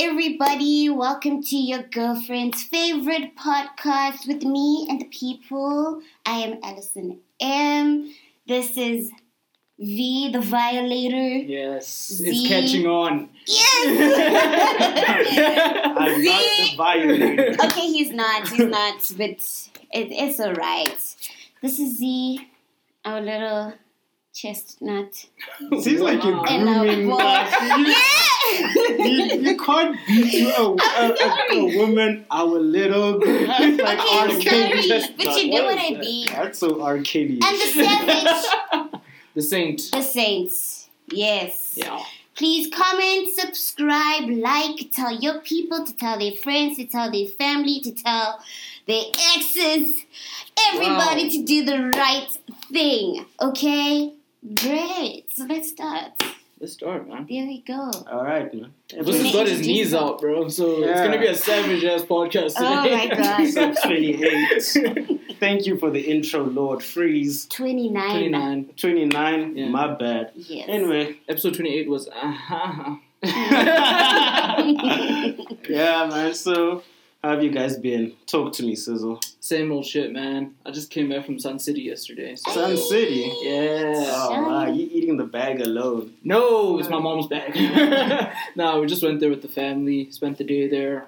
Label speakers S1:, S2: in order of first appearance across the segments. S1: everybody. Welcome to your girlfriend's favorite podcast with me and the people. I am Allison M. This is V, the violator.
S2: Yes,
S1: Z.
S2: it's catching on.
S1: Yes!
S3: I'm not
S1: See?
S3: the violator.
S1: okay, he's not. He's not, but it, it's alright. This is Z, our little chestnut.
S3: Seems like you're
S1: And our
S3: grooming
S1: boy.
S3: us.
S1: Yeah!
S3: You, you, you can't be to a, a, a, a woman our little girl. That's like
S1: Okay,
S3: R.
S1: sorry,
S3: Kelly just
S1: but
S3: not-
S1: you know what
S3: is
S1: I
S3: that?
S1: mean.
S3: That's so R. Kelly.
S1: And the savage,
S2: The saint.
S1: the saints. Yes.
S2: Yeah.
S1: Please comment, subscribe, like, tell your people, to tell their friends, to tell their family, to tell their exes, everybody
S2: Wow.
S1: to do the right thing. Okay? Great. So let's start.
S2: Let's start, man.
S1: There we go.
S3: All right, man.
S2: This has got his knees out, bro. So it's
S3: Yeah.
S2: gonna be a savage ass podcast today.
S1: Oh my God.
S3: Episode 28. Thank you for the intro, Lord Freeze.
S1: 29.
S2: 29.
S3: 29,
S2: Yeah.
S3: my bad.
S1: Yes.
S3: Anyway,
S2: Episode 28 was. Uh-huh.
S3: yeah, man. So, how have you guys been? Talk to me, Sizzle.
S2: Same old shit, man. I just came back from Sun City yesterday. So.
S3: Sun City.
S2: Yeah.
S3: Oh, wow. you eating the bag alone.
S2: No, it's my mom's bag. no, we just went there with the family, spent the day there.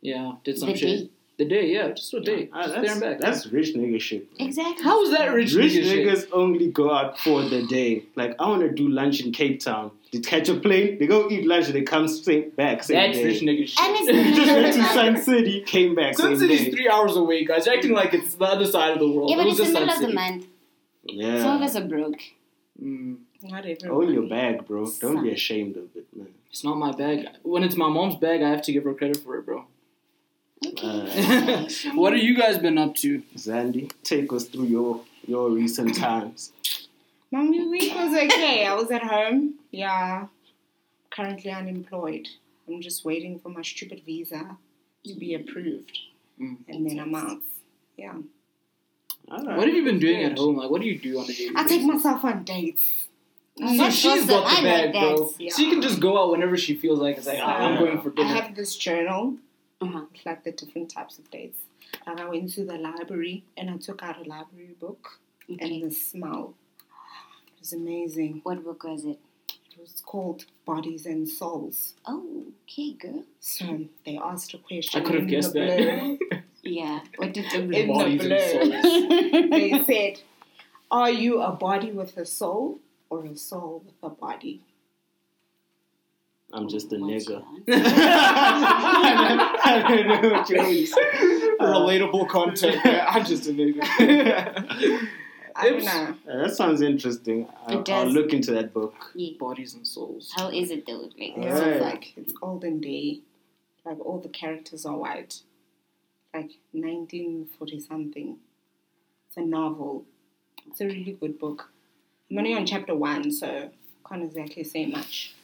S2: Yeah, did some
S1: The
S2: shit.
S1: day.
S2: The day, yeah, just a day.
S3: Ah,
S2: just there
S3: that's,
S2: and back.
S3: that's rich nigga shit.
S1: Exactly.
S2: How is that rich,
S3: Rich
S2: nigga shit?
S3: niggas only go out for the day. Like, I want to do lunch in Cape Town. They catch a plane, they go eat lunch, and they come straight back. Same
S2: That's
S3: day.
S2: rich nigga shit.
S1: And
S3: They just went to
S1: it's-
S3: Sun City, came back.
S2: Sun
S3: same
S2: City's
S3: day.
S2: three hours away, guys. You're acting like it's the other side of the world.
S1: Yeah, but
S2: it
S1: it's
S2: was
S1: the
S2: just
S1: middle
S2: Sun
S1: of the
S2: City.
S1: month. Some of
S3: Yeah.
S1: us are broke.
S2: Mm,
S4: Not everyone.
S3: Own your bag, bro. Don't
S1: Son.
S3: be ashamed of it, man.
S2: it's not my bag. When it's my mom's bag, I have to give her credit for it, bro.
S3: Uh,
S2: what have you guys been up to?
S3: Zandy, take us through your your recent times.
S4: My week was okay. I was at home. Yeah. Currently unemployed. I'm just waiting for my stupid visa to be approved.
S2: Mm.
S4: And then I'm out. Yeah.
S3: All right.
S2: What have you been doing at home? Like, what do you do on the daily
S4: I take
S2: basis?
S4: myself on dates.
S1: Mm.
S2: So
S1: That's
S2: she's
S1: awesome.
S2: got
S1: I
S2: the
S1: like
S2: bag, bro.
S4: that.
S2: She can just go out whenever she feels like. It's like, ah, I'm going for
S4: I
S2: dinner.
S4: have this journal.
S1: Uh-huh.
S4: It's like the different types of dates. Like I went to the library and I took out a library book
S1: Okay.
S4: and the smell. It was amazing.
S1: What book was it?
S4: It was called Bodies and Souls.
S1: Oh, okay, girl.
S4: So they asked a question.
S2: I could have
S4: in
S2: guessed
S4: the blur.
S2: that.
S1: Yeah. What did the
S4: In the
S2: Bodies and
S4: blur.
S2: souls.
S4: they said, Are you a body with a soul or a soul with a body?
S3: I'm just a
S1: What's
S3: nigga.
S1: wrong?
S3: I don't know Uh, what you mean.
S2: Relatable content. Yeah, I'm just a nigga.
S4: I don't
S2: Oops.
S4: know.
S3: Uh, that sounds interesting. I,
S1: It
S3: I'll
S1: does.
S3: look into that book.
S1: Yeah.
S2: Bodies and souls.
S1: How is it though? Like,
S4: It's
S3: Alright.
S4: like it's olden day. Like all the characters are white. Like nineteen forty something. It's a novel. It's a really good book. I'm only on chapter one, so can't exactly say much.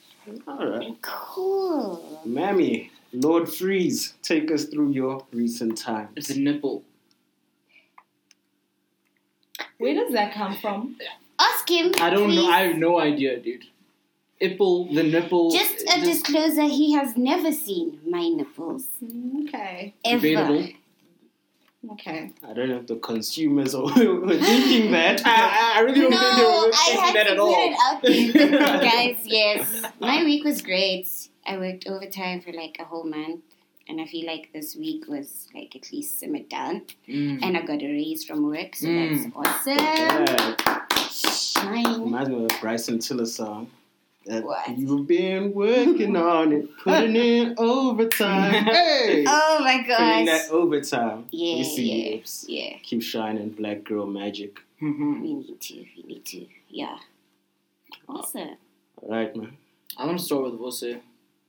S3: All right.
S1: Cool.
S3: Mammy, Lord Freeze, take us through your recent time.
S2: It's a nipple.
S4: Where does that come from?
S1: Ask him.
S2: I don't
S1: please.
S2: know. I have no idea, dude. Ipple, the nipple.
S1: Just a
S2: just
S1: disclosure: he has never seen my nipples
S4: Mm, Okay.
S1: ever.
S2: debatable.
S4: Okay.
S3: I don't know if the consumers are thinking that.
S2: I, I- I really
S1: Uh, No,
S2: don't think they were
S1: I
S2: thinking
S1: had
S2: that
S1: to put
S2: at all.
S1: it out there, guys. Yes, my week was great. I worked overtime for like a whole month, and I feel like this week was like at least simmered down.
S2: Mm.
S1: And I got a raise from work, so
S2: Mm.
S1: that's awesome.
S3: Yeah,
S1: Shine.
S3: reminds me of a Bryson Tiller song. That
S1: What?
S3: You've been working on it, putting in overtime. Hey!
S1: Oh my
S3: Putting
S1: gosh.
S3: in that overtime.
S1: Yeah,
S3: we see
S1: yeah,
S3: you.
S1: yeah.
S3: Keep shining, black girl magic.
S2: Mhm.
S1: We need to. We need to. Yeah. Awesome.
S3: All right, man.
S2: I want to start with Vose.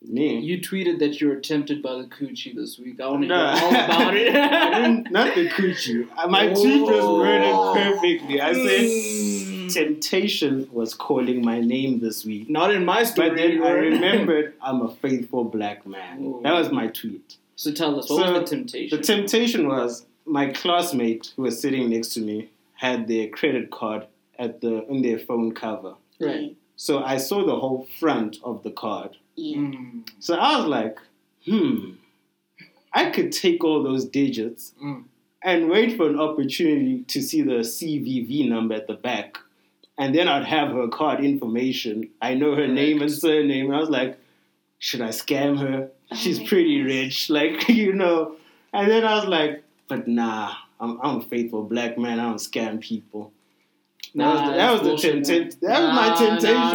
S3: Me.
S2: You tweeted that you were tempted by the coochie this week. I want to hear
S3: Nah.
S2: all about it.
S3: I didn't, not the coochie. Uh, My tweet was
S2: Oh.
S3: worded perfectly. I said,
S2: Mm.
S3: Temptation was calling my name this week.
S2: Not in my story.
S3: But then I
S2: or-
S3: remembered I'm a faithful black man.
S2: Oh.
S3: That was my tweet.
S2: So tell us, what
S3: So,
S2: was the temptation?
S3: The temptation was my classmate who was sitting next to me had their credit card at the in their phone cover.
S2: right.
S3: So I saw the whole front of the card.
S1: Yeah.
S2: Mm.
S3: So I was like, hmm, I could take all those digits
S2: Mm.
S3: and wait for an opportunity to see the CVV number at the back. And then I'd have her card information. I know her name and surname. And I was like, should I scam her? She's
S1: my
S3: pretty
S1: gosh.
S3: rich, like, you know. And then I was like, but nah, I'm, I'm a faithful black man. I don't scam people. That was the,
S2: Nah,
S3: that
S2: that's
S3: was the
S2: bullshit,
S3: temptation.
S2: man.
S3: That was my
S2: Nah,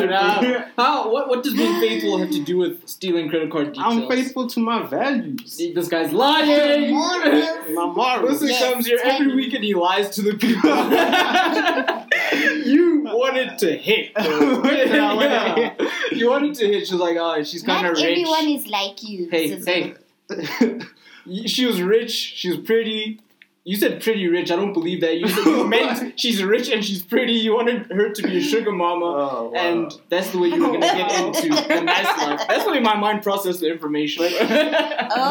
S3: temptation.
S2: nah,
S3: for-
S2: nah. How? What? What does being faithful have to do with stealing credit card details?
S3: I'm faithful to my values.
S2: See, This guy's lying.
S1: Morals.
S3: My morals.
S2: Wilson
S1: Yes,
S2: comes here every
S1: tiny.
S2: week and he lies to the people. you wanted to hit. though.
S3: Yeah, I wanted to
S2: You wanted to hit. She's like, oh, she's kind
S1: Not
S2: of rich.
S1: everyone is like you.
S2: Hey,
S1: Sizzle.
S2: hey. Y- She was rich. She was pretty. You said pretty rich. I don't believe that. You, said you meant she's rich and she's pretty. You wanted her to be a sugar mama.
S3: Oh, wow.
S2: And that's the way you were going to get
S1: Wow.
S2: into the nice life. That's the way my mind processed the information.
S1: Oh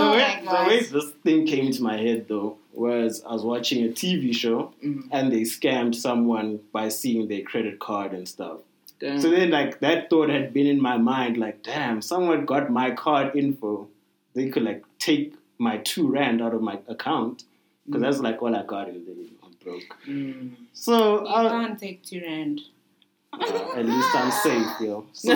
S3: the, way,
S1: my
S3: the way
S1: gosh.
S3: this thing came to my head though was I was watching a TV show
S2: Mm.
S3: and they scammed someone by seeing their credit card and stuff.
S2: Damn.
S3: So then, like that thought had been in my mind, like, damn, someone got my card info. They could like take my two rand out of my account because that's like all I got and then I'm broke.
S2: Mm.
S3: So
S4: You
S3: I,
S4: can't take two rand.
S3: uh, at least I'm safe, yo.
S2: The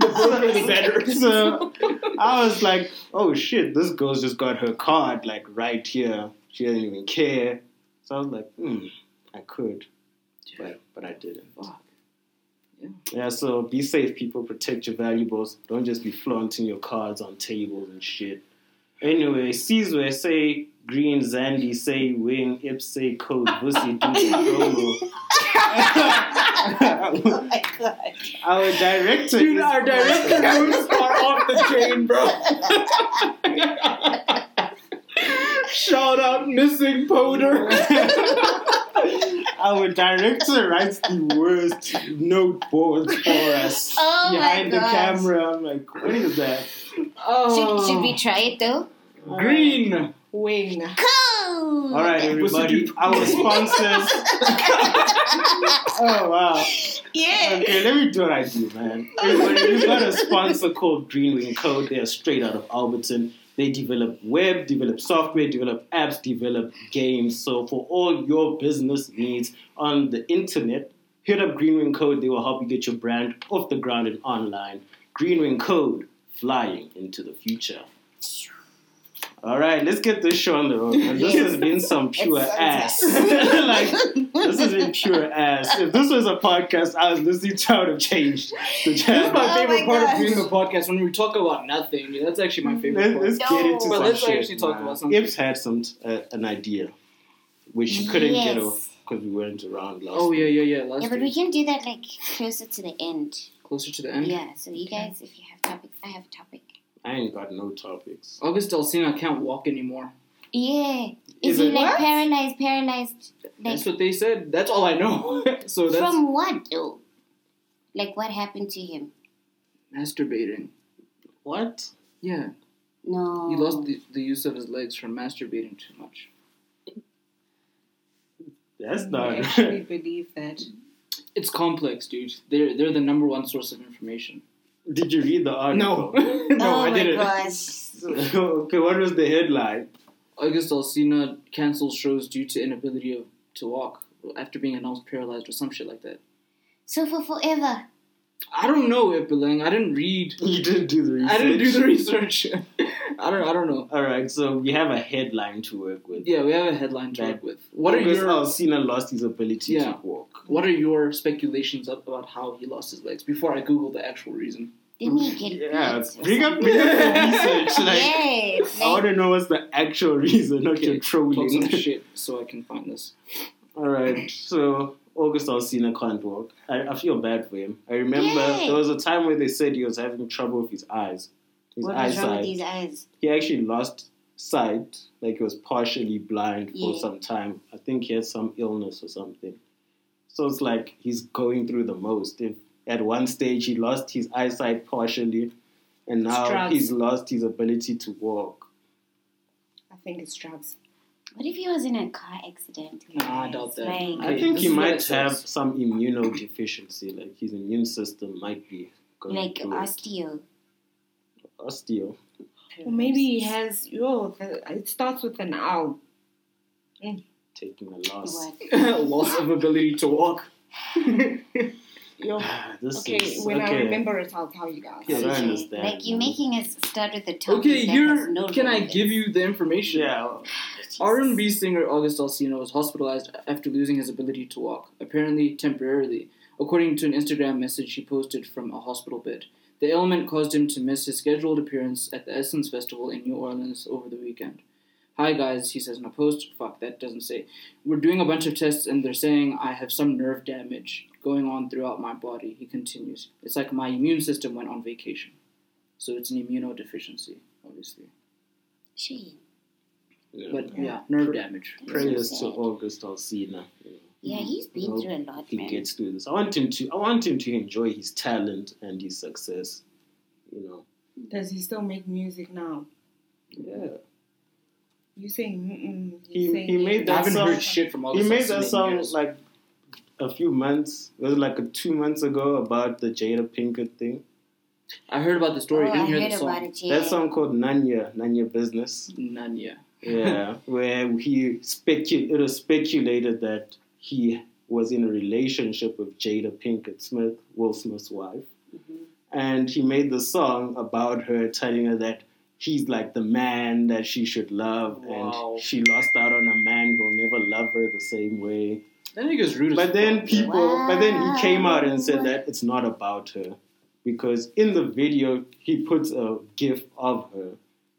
S2: broker is better.
S3: so I was like, oh shit, this girl's just got her card like right here. She doesn't even care. So I was like, hmm, I could, but but I didn't.
S2: Fuck.
S3: Yeah, so be safe, people. Protect your valuables. Don't just be flaunting your cards on tables and shit. Anyway, Caesar say green Zandy say wing Ips say code Bussy do
S1: Oh my god.
S3: Our director.
S2: Dude,
S3: is-
S2: our director moves are off the chain, bro. Shout out missing Poder.
S3: Our director writes the worst note boards for us.
S1: Oh my
S3: Behind the
S1: gosh.
S3: camera, I'm like, what is that?
S4: Oh,
S1: Should, should we try it though?
S2: green?
S4: Wing.
S1: Cool.
S3: All right,
S2: Bussy
S3: everybody.
S2: do-
S3: Our sponsors. oh wow.
S1: Yeah.
S3: Okay, let me do what I do, man. Everybody, we've got a sponsor called Greenwing Code. They are straight out of Alberton. They develop web, develop software, develop apps, develop games. So for all your business needs on the internet, hit up Greenwing Code. They will help you get your brand off the ground and online. Greenwing Code, flying into the future. All right, let's get this show on the road. man. This has been some pure
S4: so
S3: ass. like this has been pure ass. If this was a podcast, I was listening to I would have changed the
S2: This is
S3: channel.
S2: my
S1: Oh my
S2: favorite part
S1: gosh.
S2: of doing the podcast when we talk about nothing. dude. That's actually my favorite
S3: Let,
S2: part.
S3: us get into
S1: No.
S2: But
S3: some
S2: let's
S3: shit.
S2: actually talk
S3: man.
S2: about something.
S3: Ibs had some uh, an idea, which she couldn't get
S1: Yes.
S3: off because we weren't around last.
S2: oh, yeah,
S3: week.
S2: yeah, yeah. Last
S1: Yeah, but we
S2: week.
S1: can do that like closer to the end.
S2: Closer to the end.
S1: Yeah, so you guys, if you have topics, I have a topic.
S3: I ain't got no topics.
S2: August Alsina can't walk anymore.
S1: Yeah.
S3: Is
S1: Is, he
S3: it-
S1: like
S3: What?
S1: paralyzed, paralyzed? Like,
S2: That's what they said. That's all I know. so that's
S1: from what though? Like, what happened to him?
S2: masturbating.
S3: What?
S2: Yeah.
S1: No.
S2: He lost the, the use of his legs from masturbating too much.
S3: That's
S4: I
S3: not.
S4: actually believe that.
S2: It's complex, dude. They're they're the number one source of information.
S3: Did you read the article?
S2: no,
S1: oh
S2: I
S1: my
S2: didn't.
S1: gosh.
S3: okay, what was the headline?
S2: August Alsina cancels shows due to inability of, to walk after being announced paralyzed or some shit like that.
S1: So for forever.
S2: I don't know, Ipilang. I didn't read.
S3: You didn't do the research.
S2: I didn't do the research. I don't. I don't know.
S3: All right, so we have a headline to work with.
S2: Yeah, we have a headline to
S3: That-
S2: work with. What are your
S3: Alcina lost his ability
S2: Yeah.
S3: to walk.
S2: What are your speculations up about how he lost his legs? Before I google the actual reason.
S1: Didn't he get
S3: Yeah,
S1: beat or
S3: bring up,
S1: something?
S3: bring up the research. Like,
S1: yes.
S3: I
S1: Like,
S3: want to know what's the actual reason, not
S2: Okay,
S3: your
S2: Talk some
S3: trolling.
S2: shit so I can find this.
S3: All right, so August Alsina can't walk. I, I feel bad for him. I remember
S1: Yay.
S3: there was a time where they said he was having trouble with his eyes, his
S1: what is wrong with
S3: eyesight.
S1: these eyes?
S3: He actually lost sight, like he was partially blind for
S1: Yeah.
S3: some time. I think he had some illness or something. So it's like he's going through the most. If at one stage he lost his eyesight partially, and now
S4: drugs.
S3: he's lost his ability to walk.
S4: I think it's drugs.
S1: What if he was in a car accident?
S2: Nah, I
S1: guys?
S2: doubt that.
S1: Like,
S2: I-
S3: I
S2: Okay,
S3: think
S2: this
S3: he
S2: is what
S3: might
S2: it
S3: have
S2: says.
S3: some immunodeficiency, like his immune system might be going
S1: like
S3: through it.
S1: osteo.
S3: osteo.
S4: Or maybe he has, yo, the, it starts with an L.
S3: Taking a loss.
S1: What?
S2: Loss of ability to walk.
S4: Yo.
S3: This
S4: Okay,
S3: is
S4: when I
S3: Ah, okay.
S4: remember it, I'll tell you guys.
S3: Yeah, I don't understand.
S1: Like you're making us start with the topic.
S2: Okay,
S1: that
S2: here
S1: has no
S2: can I
S1: relevance.
S2: give you the information?
S3: Yeah.
S2: R&B singer August Alsina was hospitalized after losing his ability to walk, apparently temporarily, according to an Instagram message he posted from a hospital bed. The ailment caused him to miss his scheduled appearance at the Essence Festival in New Orleans over the weekend. Hi guys, he says in a post. Fuck, that doesn't say. We're doing a bunch of tests and they're saying I have some nerve damage going on throughout my body, he continues. It's like my immune system went on vacation. So it's an immunodeficiency, obviously.
S1: She.
S2: But yeah, nerve damage.
S3: Prayers to August Alsina.
S1: Yeah, he's been
S3: Hope
S1: through a lot,
S3: Mm, he
S1: man.
S3: gets through this. I want him to. I want him to enjoy his talent and his success. You know.
S4: Does he still make music now?
S3: Yeah.
S4: You saying mm-mm. you
S3: He-
S4: saying
S3: he made
S2: I
S3: that
S2: haven't
S3: song-
S2: heard shit from all
S3: he
S2: this
S3: made
S2: stuff
S3: that
S2: in
S3: song
S2: years.
S3: like a few months. It was like two months ago about the Jada Pinkett thing.
S2: I heard about the story.
S1: Oh,
S2: didn't
S1: I
S2: hear
S1: heard
S2: the song.
S1: about it. Yeah.
S3: That song called Nanya Nanya Business.
S2: None yeah.
S3: Yeah, where he specu- it was speculated that he was in a relationship with Jada Pinkett Smith, Will Smith's wife, and he made the song about her telling her that he's like the man that she should love,
S2: Wow.
S3: and she lost out on a man who'll never love her the same way.
S2: That nigga's rude. as
S3: But then
S2: fuck.
S3: people, but then he came out and
S1: Wow.
S3: said that it's not about her because in the video he puts a gif of her,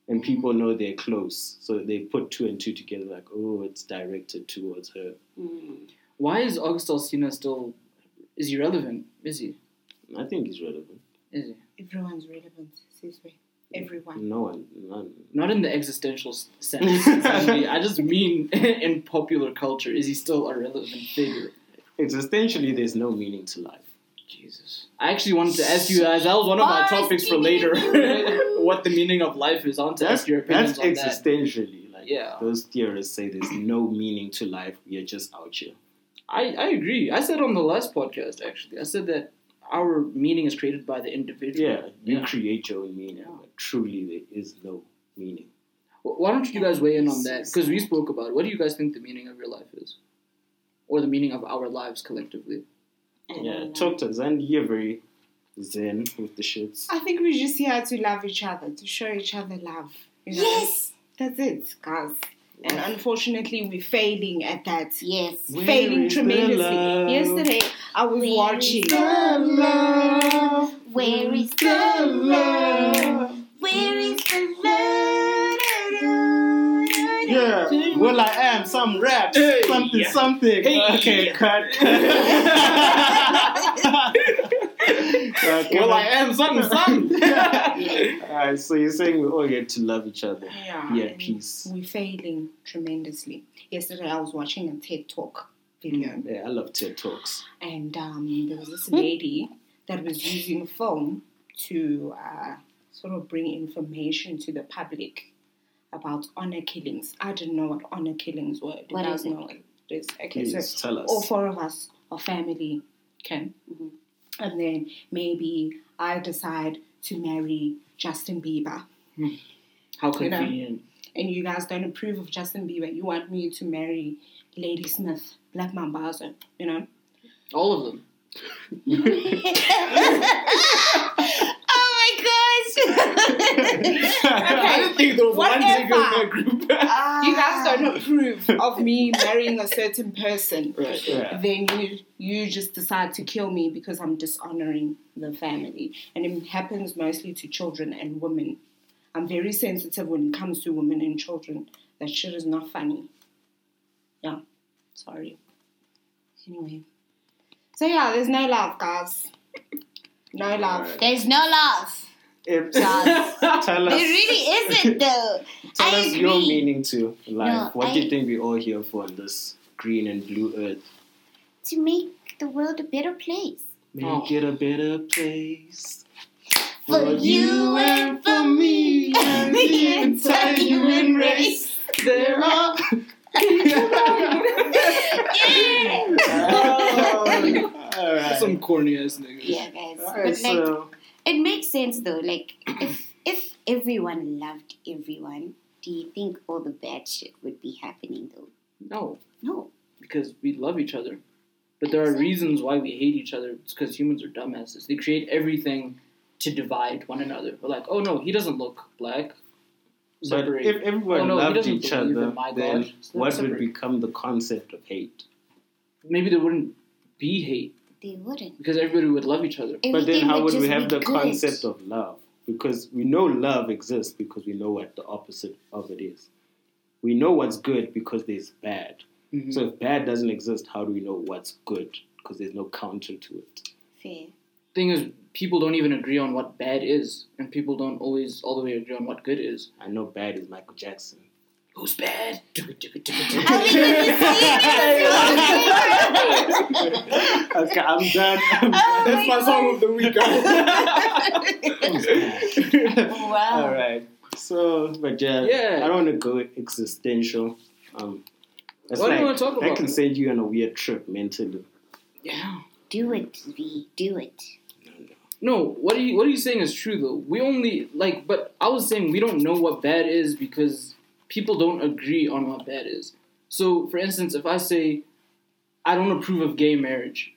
S3: and people know they're close, so they put two and two together like, oh, it's directed towards her.
S1: Mm.
S2: why is August Alsina still? Is he relevant? Is he?
S3: I think it's relevant.
S2: Is he?
S4: everyone's relevant, Cicely.
S3: Mm.
S4: Everyone.
S3: No one, none.
S2: Not in the existential s- sense. essentially. I just mean in popular culture. Is he still a relevant figure?
S3: Existentially, there's no meaning to life.
S2: Jesus. I actually wanted to ask you guys. That was one of my
S1: Boris,
S2: topics for
S1: we
S2: later.
S1: need you.
S2: what the meaning of life is. I want to
S3: That's
S2: ask your opinions
S3: that's
S2: on that.
S3: existentially like
S2: Yeah.
S3: those theorists say there's no meaning to life. We are just out here.
S2: I, I agree. I said on the last podcast actually. I said that our meaning is created by the individual.
S3: Yeah, you
S2: Yeah.
S3: create your own meaning,
S2: Yeah.
S3: but truly there is no meaning.
S2: Wh- Why don't you guys weigh in on that? Because we spoke about it. What do you guys think the meaning of your life is? Or the meaning of our lives collectively?
S1: I don't
S3: Yeah,
S1: know.
S3: talk to us. And you're very zen with the shits.
S4: I think we're just here to love each other, to show each other love. You know?
S1: Yes.
S4: That's it, guys. And unfortunately, we're failing at that.
S1: Yes.
S3: Where
S4: failing
S3: is the love?
S4: tremendously. Yesterday, I was
S1: Where
S4: watching.
S1: is the love? Where is
S3: Mm.
S1: the love? Where is the love?
S3: Yeah, well, I am some rap,
S2: Hey,
S3: something,
S2: yeah.
S3: something.
S2: Hey,
S3: okay,
S2: yeah.
S3: cut. Okay,
S2: Well, I am something, something.
S3: Alright, so you're saying we all get to love each other,
S4: Yeah.
S3: be at
S4: and
S3: peace.
S4: We're failing tremendously. Yesterday, I was watching a TED Talk video,
S3: Yeah, I love TED Talks.
S4: and um, there was this lady that was using film to uh, sort of bring information to the public about honor killings. I didn't know what honor killings were. Do you
S1: What
S4: guys
S1: is it?
S4: know what it is? Okay,
S3: Please
S4: so
S3: tell us. Mm-hmm.
S4: all four of us are family, okay?
S1: Mhm.
S4: And then maybe I decide to marry Justin Bieber.
S2: How
S4: You know.
S2: convenient.
S4: And you guys don't approve of Justin Bieber. You want me to marry Lady Smith, Black Mambazo, you know?
S2: All of them.
S1: oh my gosh.
S2: I didn't think there was one nigga
S4: Whatever.
S2: in that
S4: You guys don't approve of me marrying a certain person.
S2: group. right.
S3: Yeah.
S4: Then you you just decide to kill me because I'm dishonoring the family. And it happens mostly to children and women. I'm very sensitive when it comes to women and children. That shit is not funny. Yeah. Sorry. Anyway. So yeah, there's no love, guys. No love.
S3: Alright.
S1: There's no love.
S3: If-
S1: Guys.
S3: tell us.
S1: There really isn't though.
S3: Tell
S1: I
S3: us
S1: agree.
S3: your meaning to life.
S1: No,
S3: what do
S1: I-
S3: you think we're all here for on this green and blue earth?
S1: To make the world a better place.
S3: Make
S2: Oh.
S3: it a better place.
S1: For you and for me and the entire human race.
S3: There are.
S1: Yeah.
S3: Alright.
S2: Some corny ass niggas.
S1: Yeah, guys.
S3: Alright,
S1: But like,
S3: so,
S1: it makes sense though. Like, if if everyone loved everyone, do you think all the bad shit would be happening though?
S2: No,
S1: No.
S2: because we love each other. But there are
S1: Exactly.
S2: reasons why we hate each other. It's because humans are dumbasses. They create everything to divide one another. We're like, oh no, he doesn't look black.
S3: But
S2: Separate.
S3: if everyone
S2: Oh, no, he
S3: loved
S2: doesn't
S3: each
S2: believe in
S3: other,
S2: my
S3: then
S2: God. So
S3: what would
S2: separate.
S3: become the concept of hate?
S2: Maybe there wouldn't be hate
S1: They wouldn't.
S2: because everybody would love each other.
S3: But then,
S1: Everything
S3: how would we
S1: just
S3: have
S1: be
S3: the
S1: good.
S3: concept of love? Because we know love exists because we know what the opposite of it is. We know what's good because there's bad.
S1: Mm-hmm.
S2: Mhm.
S3: So if bad doesn't exist, how do we know what's good? Because there's no counter to it.
S1: Fair.
S2: Thing is, people don't even agree on what bad is, and people don't always all the way agree on what good is.
S3: I know bad is Michael Jackson.
S2: Who's bad?
S1: I was gonna
S3: okay, I'm done. I'm
S1: Oh
S3: done.
S1: my God.
S3: of the week. guys.
S1: Wow.
S3: All right. So, but yeah,
S2: Ah. Yeah.
S3: I don't want to go existential. Um, that's
S2: What do you
S3: like-
S2: wanna talk
S3: That
S2: about?
S3: can send you on a weird trip mentally.
S2: yeah.
S1: Do it, V. Do it.
S2: No, what are you what are you saying is true though? We only like but I was saying we don't know what bad is because people don't agree on what bad is. So for instance, if I say I don't approve of gay marriage,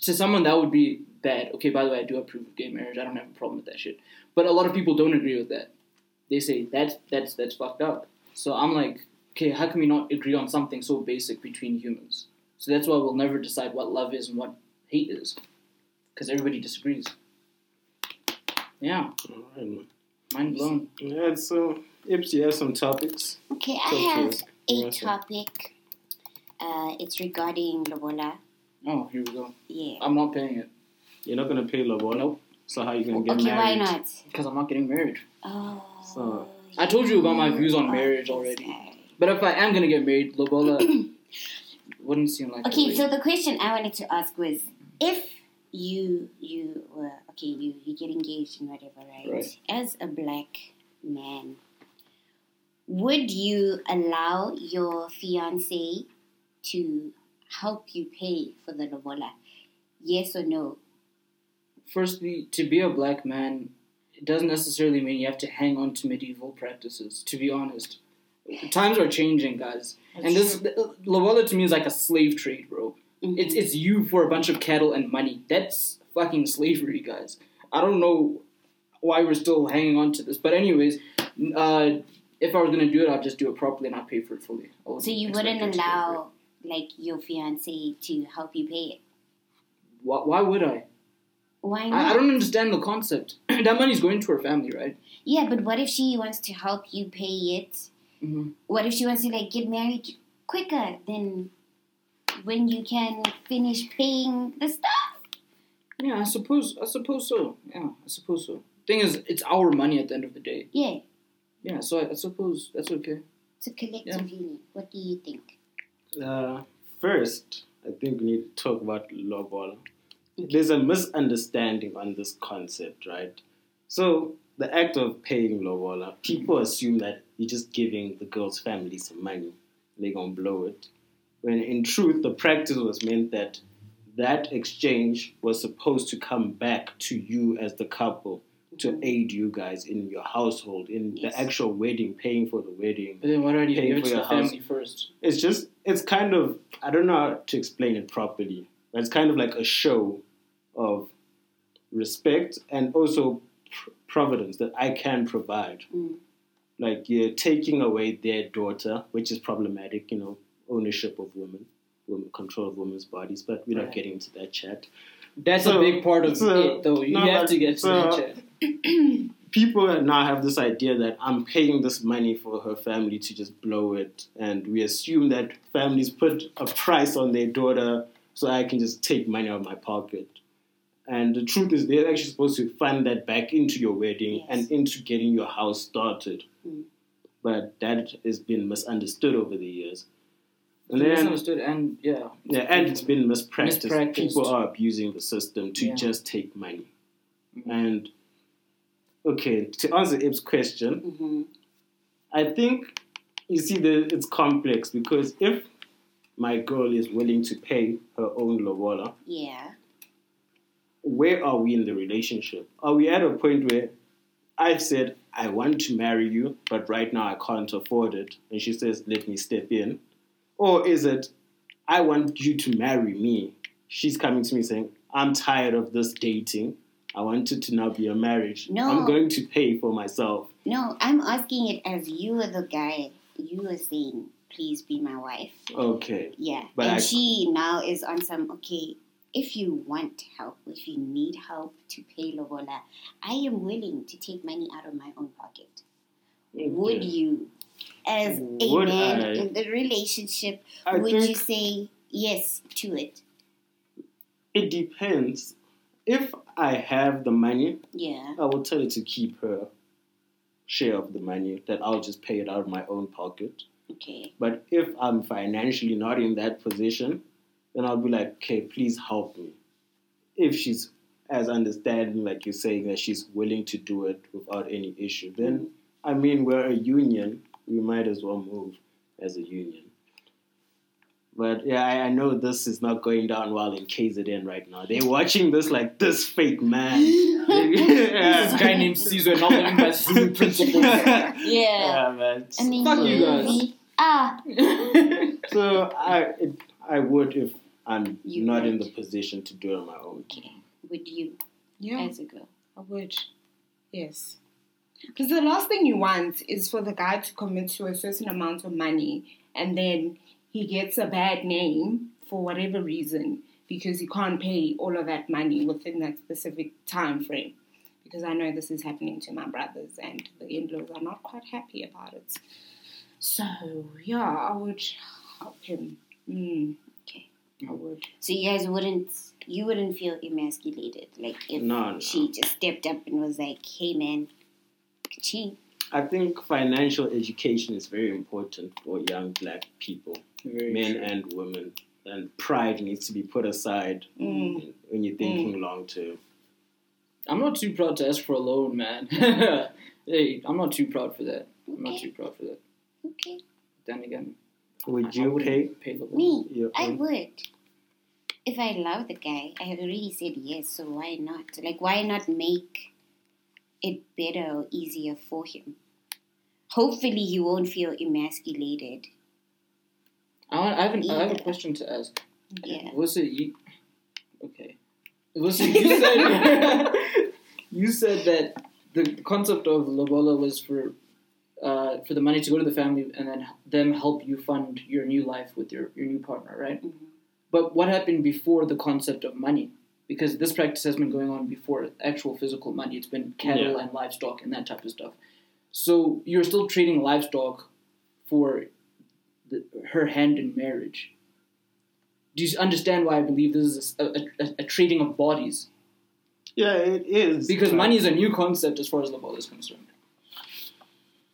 S2: to someone that would be bad. Okay, by the way, I do approve of gay marriage. I don't have a problem with that shit. But a lot of people don't agree with that. They say that that's that's fucked up. So I'm like, okay, how can we not agree on something so basic between humans? So that's why we'll never decide what love is and what hate is because everybody disagrees. Yeah,
S3: All right, man.
S2: mind blown.
S3: Yeah, so Ips, you have some topics.
S1: Okay,
S3: Talk to
S1: I have
S3: us.
S1: a
S3: Okay.
S1: topic. Uh, it's regarding Lobola.
S2: Oh, here we go.
S1: Yeah.
S2: I'm not paying it
S3: You're not gonna pay Lobola,
S2: Nope.
S3: so how you gonna get
S1: Okay, why
S3: married?
S1: not?
S2: because I'm not getting married.
S1: Oh.
S3: So,
S2: I told you about my
S1: you
S2: views on
S1: are
S2: marriage already.
S1: sad.
S2: But if I am gonna get married, Lobola wouldn't seem like. a
S1: Okay,
S2: way.
S1: so the question I wanted to ask was if you you were okay, you you get engaged and whatever, right?
S2: Right.
S1: As a black man, would you allow your fiance to help you pay for the lobola? Yes or no?
S2: firstly, to be a black man, it doesn't necessarily mean you have to hang on to medieval practices. To be honest, times are changing, guys. and this Lobola to me is like a slave trade, bro.
S1: Mhm.
S2: It's it's you for a bunch of cattle and money. That's fucking slavery, guys. I don't know why we're still hanging on to this, but anyways, uh, if I was gonna do it, I'd just do it properly and I'd pay for it fully. I
S1: so you
S2: expect her
S1: wouldn't
S2: to pay for it.
S1: allow like your fiance to help you pay it.
S2: Why, why would I?
S1: Why not?
S2: I? I don't understand the concept. that money's going to her family, right?
S1: Yeah, but what if she wants to help you pay it?
S2: Mhm.
S1: What if she wants to like get married quicker than when you can finish paying the stuff?
S2: Yeah, I suppose. I suppose so. Yeah, I suppose so. Thing is, it's our money at the end of the day.
S1: Yeah,
S2: Yeah, so I, I suppose that's okay.
S1: it's a collective
S2: Yeah.
S1: union. What do you think?
S3: Uh, first, I think we need to talk about Lobola. There's a misunderstanding on this concept, right? So the act of paying Lobola, people assume that you're just giving the girl's family some money. They're gonna blow it. When in truth, the practice was meant that that exchange was supposed to come back to you as the couple to aid you guys in your household, in
S1: Yes.
S3: the actual wedding, paying for the wedding,
S2: But then why do I need to
S3: Paying
S2: give it
S3: for
S2: to
S3: your
S2: the family first?
S3: it's just it's kind of I don't know how to explain it properly. But it's kind of like a show of respect and also pr- providence that I can provide.
S1: Mm.
S3: Like you're taking away their daughter, which is problematic. You know, ownership of women, women control of women's bodies. But we're not
S2: Right.
S3: getting into that chat.
S2: That's a
S3: So-
S2: big part of
S3: so-
S2: it, though. You
S3: no,
S2: have
S3: but-
S2: to get to
S3: so-
S2: that chat.
S3: people now have this idea that I'm paying this money for her family to just blow it, and we assume that families put a price on their daughter so I can just take money out of my pocket. And the truth is, they're actually supposed to fund that back into your wedding
S1: Yes.
S3: and into getting your house started.
S1: Mm.
S3: But that has been misunderstood over the years. And
S2: It's
S3: then,
S2: misunderstood and yeah,
S3: yeah, and it's been mispracticed.
S2: Mispracticed.
S3: People are abusing the system to
S2: Yeah.
S3: just take money.
S2: Mhm.
S3: And okay, to answer Ib's question,
S1: Mm-hmm.
S3: I think you see the it's complex because if my girl is willing to pay her own lobola,
S1: Yeah.
S3: where are we in the relationship? Are we at a point where I've said, I want to marry you, but right now I can't afford it. And she says, let me step in. Or is it, I want you to marry me? She's coming to me saying, I'm tired of this dating. I want it to now be a marriage.
S1: No.
S3: I'm going to pay for myself.
S1: No, I'm asking it as you are the guy. You are saying, please be my wife.
S3: Okay.
S1: Yeah.
S3: But
S1: and
S3: I-
S1: she now is on some, okay, if you want help, if you need help to pay Lobola, I am willing to take money out of my own pocket. Would
S3: Okay.
S1: you, as
S3: Would
S1: a man
S3: I?
S1: in the relationship,
S3: I
S1: would
S3: think
S1: you say yes to it?
S3: it depends. If I have the money,
S1: Yeah.
S3: I will tell her to keep her share of the money, that I'll just pay it out of my own pocket.
S1: Okay.
S3: But if I'm financially not in that position, then I'll be like, okay, please help me. If she's as understanding, like you're saying, that she's willing to do it without any issue, then I mean, we're a union. We might as well move as a union. But yeah, I, I know this is not going down well in KZN right now. They're watching this like this fake man.
S2: There's this guy named Caesar not living by Zulu principles.
S1: Yeah.
S3: Yeah, man.
S1: I mean, Ah,
S2: Fuck you guys.
S1: we are
S3: So I, it, I would if I'm
S1: You
S3: not in
S1: would.
S3: the position to do it on my own.
S1: would you
S4: Yeah,
S1: as a girl?
S4: I would. Yes. Because the last thing you want is for the guy to commit to a certain amount of money and then he gets a bad name for whatever reason because he can't pay all of that money within that specific time frame. Because I know this is happening to my brothers and the in laws are not quite happy about it. So, yeah, I would help him. Mm, okay, I would.
S1: So you guys wouldn't you wouldn't feel emasculated like if
S3: No, no.
S1: she just stepped up and was like, "Hey man, ching."
S3: I think financial education is very important for young black people,
S2: Very
S3: men
S2: true.
S3: and women. And pride needs to be put aside
S4: Mm.
S3: when you're thinking long term.
S2: I'm not too proud to ask for a loan, man. hey, I'm not too proud for that. I'm not
S1: Okay.
S2: too proud for that.
S1: Okay,
S2: Then again, I-
S3: Would
S2: I
S3: you
S2: wouldn't
S3: pay?
S2: pay the loan.
S1: me,
S3: your
S1: I
S3: own-
S1: would. If I love the guy, I have already said yes. So why not? Like, why not make it better or easier for him? Hopefully, he won't feel emasculated.
S2: I, want, I, have an, I have a
S1: Yeah.
S2: question to ask.
S1: Yeah.
S2: Was it you? Okay. Was it you said? you said that the concept of lobola was for uh, for the money to go to the family and then them help you fund your new life with your, your new partner, right?
S1: Mhm.
S2: But what happened before the concept of money? Because this practice has been going on before actual physical money. It's been cattle
S3: Yeah.
S2: and livestock and that type of stuff. So you're still trading livestock for the, her hand in marriage. Do you understand why I believe this is a, a, a, a trading of bodies?
S3: Yeah, it is.
S2: Because
S3: But
S2: money is a new concept as far as Lavola is concerned.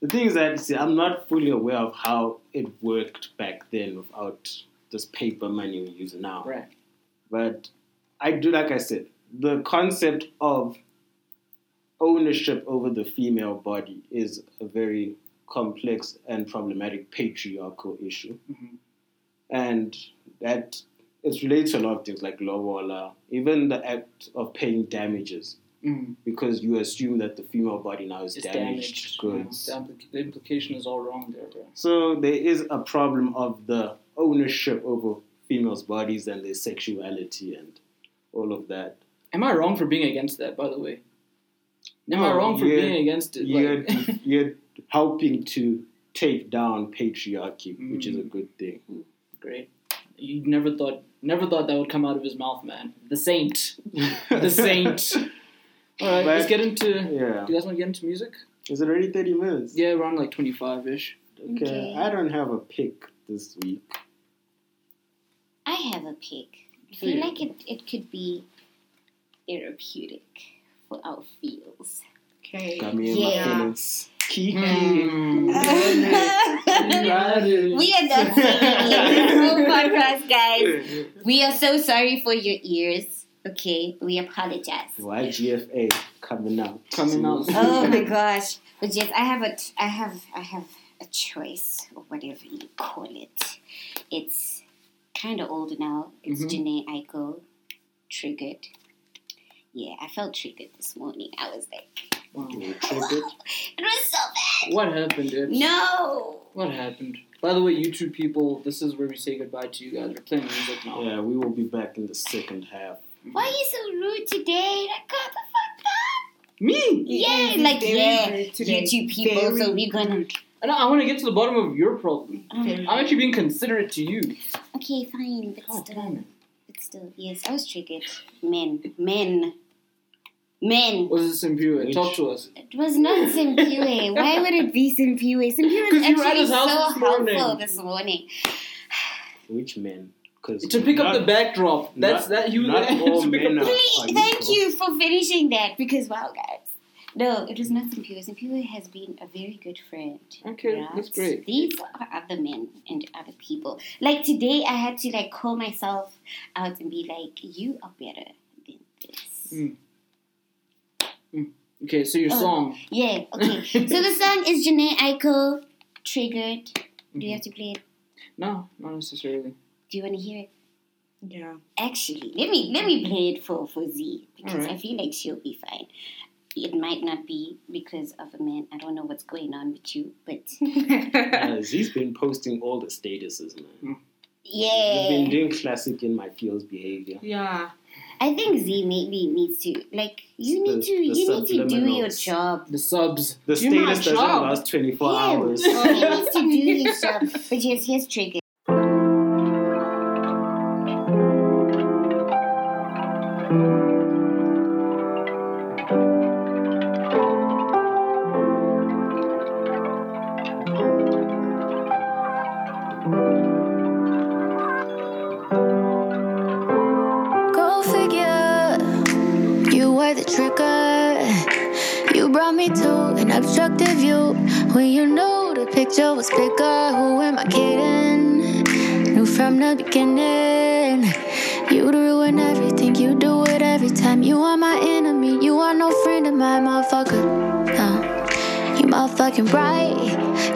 S3: The thing is that see, I'm not fully aware of how it worked back then without this paper money we use now.
S2: Right.
S3: But I do, like I said, the concept of ownership over the female body is a very complex and problematic patriarchal issue.
S2: Mhm.
S3: And that it's related to a lot of things like lobola, even the act of paying damages,
S2: Mm.
S3: because you assume that the female body now Mm-hmm. is
S2: It's damaged.
S3: damaged, Mm-hmm. goods.
S2: The, implica- the implication is all wrong there, bro.
S3: So there is a problem of the ownership over females' bodies and their sexuality and all of that.
S2: Am I wrong for being against that, by the way? Am I
S3: No,
S2: wrong for
S3: you're-
S2: being against it?
S3: you're,
S2: Like-
S3: you're helping to take down patriarchy,
S2: Mm.
S3: which is a good thing.
S2: Great. You never thought never thought that would come out of his mouth, man. The saint. The saint. Alright, let's
S3: But-
S2: get into
S3: Yeah.
S2: Do you guys want to get into music?
S3: Is it already 30 minutes?
S2: Yeah, around like twenty five ish.
S3: Okay.
S1: Okay.
S3: I don't have a pick this week.
S1: I have a pick. I feel
S2: Hmm.
S1: like it, it could be therapeutic for our feels.
S4: Okay.
S3: Got me in
S1: Yeah.
S3: my feelings. Kiki.
S2: Mm. Hmm.
S1: We are not singing in this whole podcast, guys. We are so sorry for your ears. Okay, we apologize.
S3: YGFA coming out.
S2: Coming out.
S1: Oh my gosh! But yes, I have a, t- I have, I have a choice or whatever you call it. It's kind of old now. It's
S4: Mm-hmm.
S1: Janae Aiko, Triggered. Yeah, I felt triggered this morning. I was like,
S2: Wow.
S3: You tripped it.
S1: It was so bad.
S2: What happened, Ibs?
S1: No.
S2: What happened? By the way, YouTube people, this is where we say goodbye to you guys. We're playing music now.
S3: Yeah, we will be back in the second half.
S1: Why are you so rude today? That got the fuck up.
S2: Me?
S1: Yeah,
S4: is
S1: like
S4: very
S1: yeah,
S4: rude today.
S1: YouTube people.
S4: Very
S1: so we gonna.
S2: And I, I want to get to the bottom of your problem.
S4: Very-
S2: I'm actually being considerate to you. Oh,
S1: Okay, fine, but
S2: God
S1: still,
S2: damn it.
S1: but still, yes, I was triggered. Men, men, men.
S2: Was this Impure? Talk to us.
S1: It was not Simpiwe. Why would it be Simpiwe? Simpiwe is
S2: 'Cause you were at
S1: actually
S2: his house
S1: so
S2: this morning.
S1: helpful this morning.
S3: Which men? Because
S2: To pick up the backdrop. That's
S3: not-
S2: that you
S3: not
S2: there.
S3: all
S2: To pick up
S3: men
S2: the-
S3: are-
S1: Please,
S3: are you
S1: thank
S3: sure?
S1: you for finishing that because wow, guys. No, it was not Simpiwe. Simpiwe has been a very good friend.
S2: Okay, that's great.
S1: These are other men and other people. Like today, I had to like call myself out and be like, "You are better than this."
S2: Okay, so your
S1: Oh.
S2: song.
S1: Yeah. Okay. so the song is Janae Eiko, "Triggered." Do you have to play it?
S2: No, not necessarily.
S1: Do you want to hear it?
S4: Yeah.
S1: Actually, let me let me play it for for Z because
S2: Alright.
S1: I feel like she'll be fine. It might not be because of a man. I don't know what's going on with you, but
S3: Uh, Z's been posting all the statuses, man. You've been
S1: yeah,
S3: doing classic in my feels behavior.
S4: Yeah.
S1: I think Z maybe needs to like you need
S3: The-
S1: to
S3: the
S1: you need to do your
S3: subliminals.
S1: job.
S2: The subs.
S3: The
S2: Do my
S3: status doesn't
S2: job.
S3: last 24
S1: Yeah,
S3: hours.
S1: he needs to do his job. But yes, here's trigger.
S5: Go figure, you were the trigger. You brought me to an obstructive view when you knew the picture was bigger. Who am I kidding? Knew from the beginning, you'd ruin everything. You do it every time. You are my enemy. You are no friend of mine, motherfucker. No. You motherfucking right.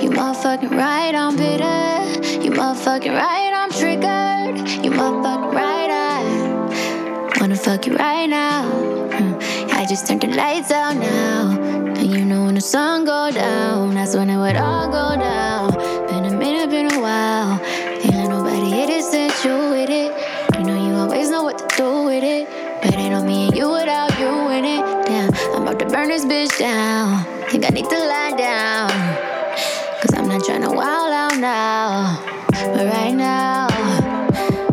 S5: You motherfucking right. I'm bitter. You motherfucking right. I'm triggered. You motherfucking right. I wanna fuck you right now. Mm. I just turned the lights out now. And you know when the sun go down, that's when it would all go down. Been a minute, been a while. Ain't let nobody hit it since you with it. You know you always know what to do with it. But ain't on me and you without you in it. Damn, I'm about to burn this bitch down. Think I need to lie down. Cause I'm not tryna wild out now. But right now,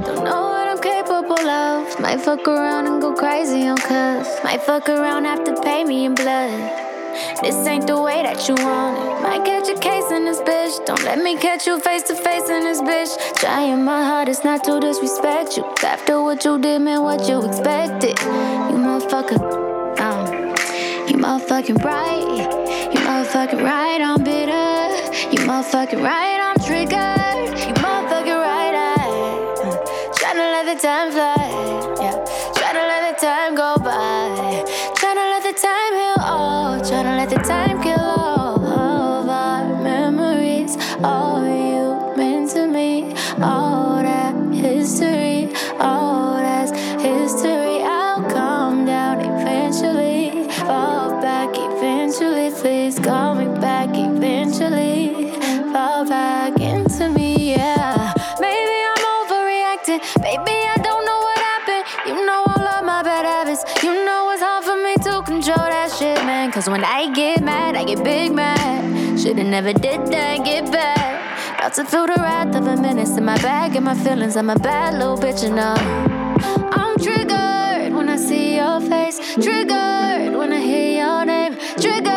S5: don't know what I'm capable of. Might fuck around and go crazy on cuff. Might fuck around, have to pay me in blood. This ain't the way that you want it. Might catch a case in this bitch. Don't let me catch you face to face in this bitch. Trying my hardest not to disrespect you. After what you did, man, what you expected. You motherfucker. Um, you motherfucking right. You motherfucking right. I'm bitter. You motherfucking right. I'm triggered. You motherfucking right. I Tryna let the time fly, yeah. Tryna let the time go by. Tryna let the time heal all. Tryna let the time kill all of our memories. All you meant to me. All that history. All that's history. I'll calm down eventually. Fall back eventually. Please call me back eventually. Fall back into me, yeah. Maybe I'm overreacting. Maybe I don't know what happened. You know all of my bad habits. You know it's hard for me to control that shit, man. Cause when I get mad, I get big mad. Shoulda never did that, get back. About to feel the wrath of a menace in my bag and my feelings. I'm a bad little bitch, you know. I'm triggered when I see your face. Triggered when I hear your name. Triggered,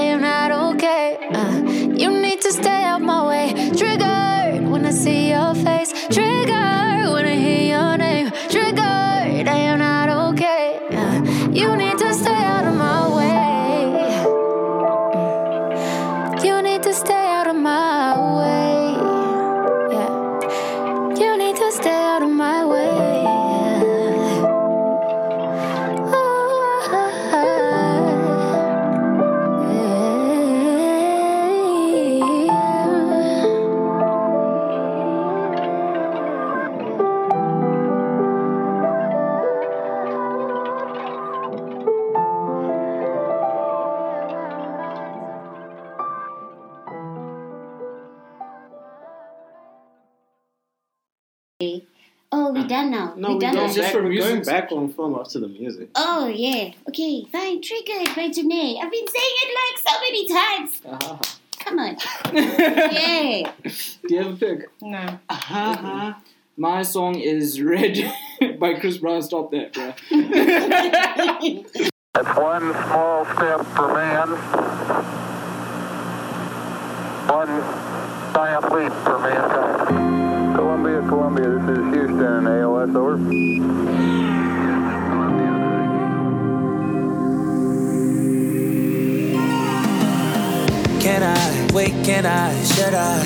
S5: I am not okay. Uh, you need to stay out my way. Triggered when I see your face. Triggered when I hear your name. Triggered, I am not okay. Uh, you need to stay out of my way. You need to stay out of my way. Yeah. You need to stay out of my way. Oh,
S1: Oh, we done now.
S3: Ah. No,
S1: we
S3: we
S1: done
S3: go
S1: now.
S2: don't. Just
S3: back.
S2: for
S3: We're
S2: music
S3: going back on film after the music.
S1: Oh yeah. Okay, fine. Triggered by Janae. I've been saying it like so many times.
S2: Ah.
S1: Come on.
S2: Do
S1: Yeah.
S2: you have a pick?
S4: No.
S2: Uh-huh, My song is Red by Chris Brown. Stop that, bro.
S6: That's one small step for man, one giant leap for mankind. Columbia, Columbia, this is Houston, AOS, over.
S7: Can I, wait, can I, should I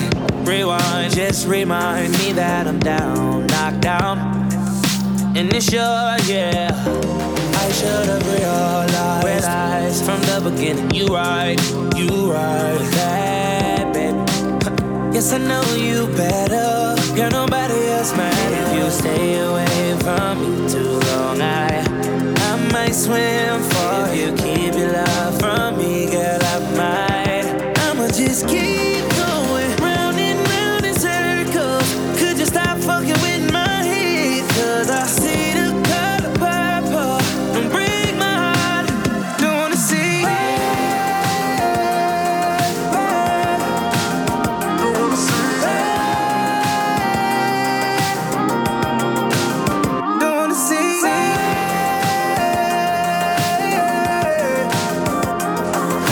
S7: rewind? Just remind me that I'm down, knocked down. And it's your, yeah. I should have realized, realized from the beginning. You right, you right with that, babe. Yes, I know you better. You're nobody else, man. If you stay away from me too long, I, I might swim for you. Keep your love from me, girl. I might. I'ma just keep going round and round in circles. Could you stop fucking with my head? 'Cause I see the color purple and break my heart. Don't wanna see. Don't wanna see. Don't wanna see.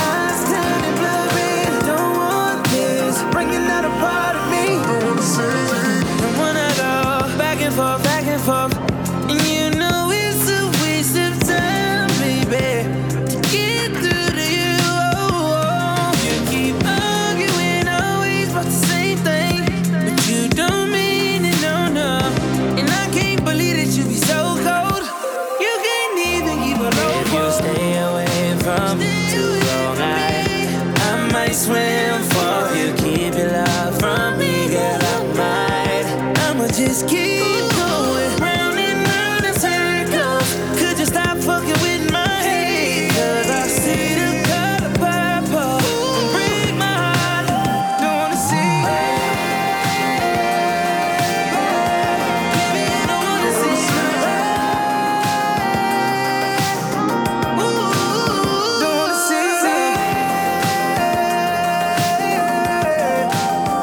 S7: Eyes down and blurry, don't want this. Bringing out a part of me. Don't wanna go back and forth, back and forth. And you know it's a waste of time, baby. To get through to you, oh, oh. you keep arguing always about the same thing, but you don't mean it, no, no. And I can't believe that you be so cold. You can't even keep a low If you stay away from me too long, I, I might swim for you. Keep your love from me, girl, I might. I'ma just keep going round and round in circles. Could you stop fucking with my head? 'Cause I see the color purple and break my heart. Don't wanna see. Baby, I don't wanna see. Ooh, don't wanna see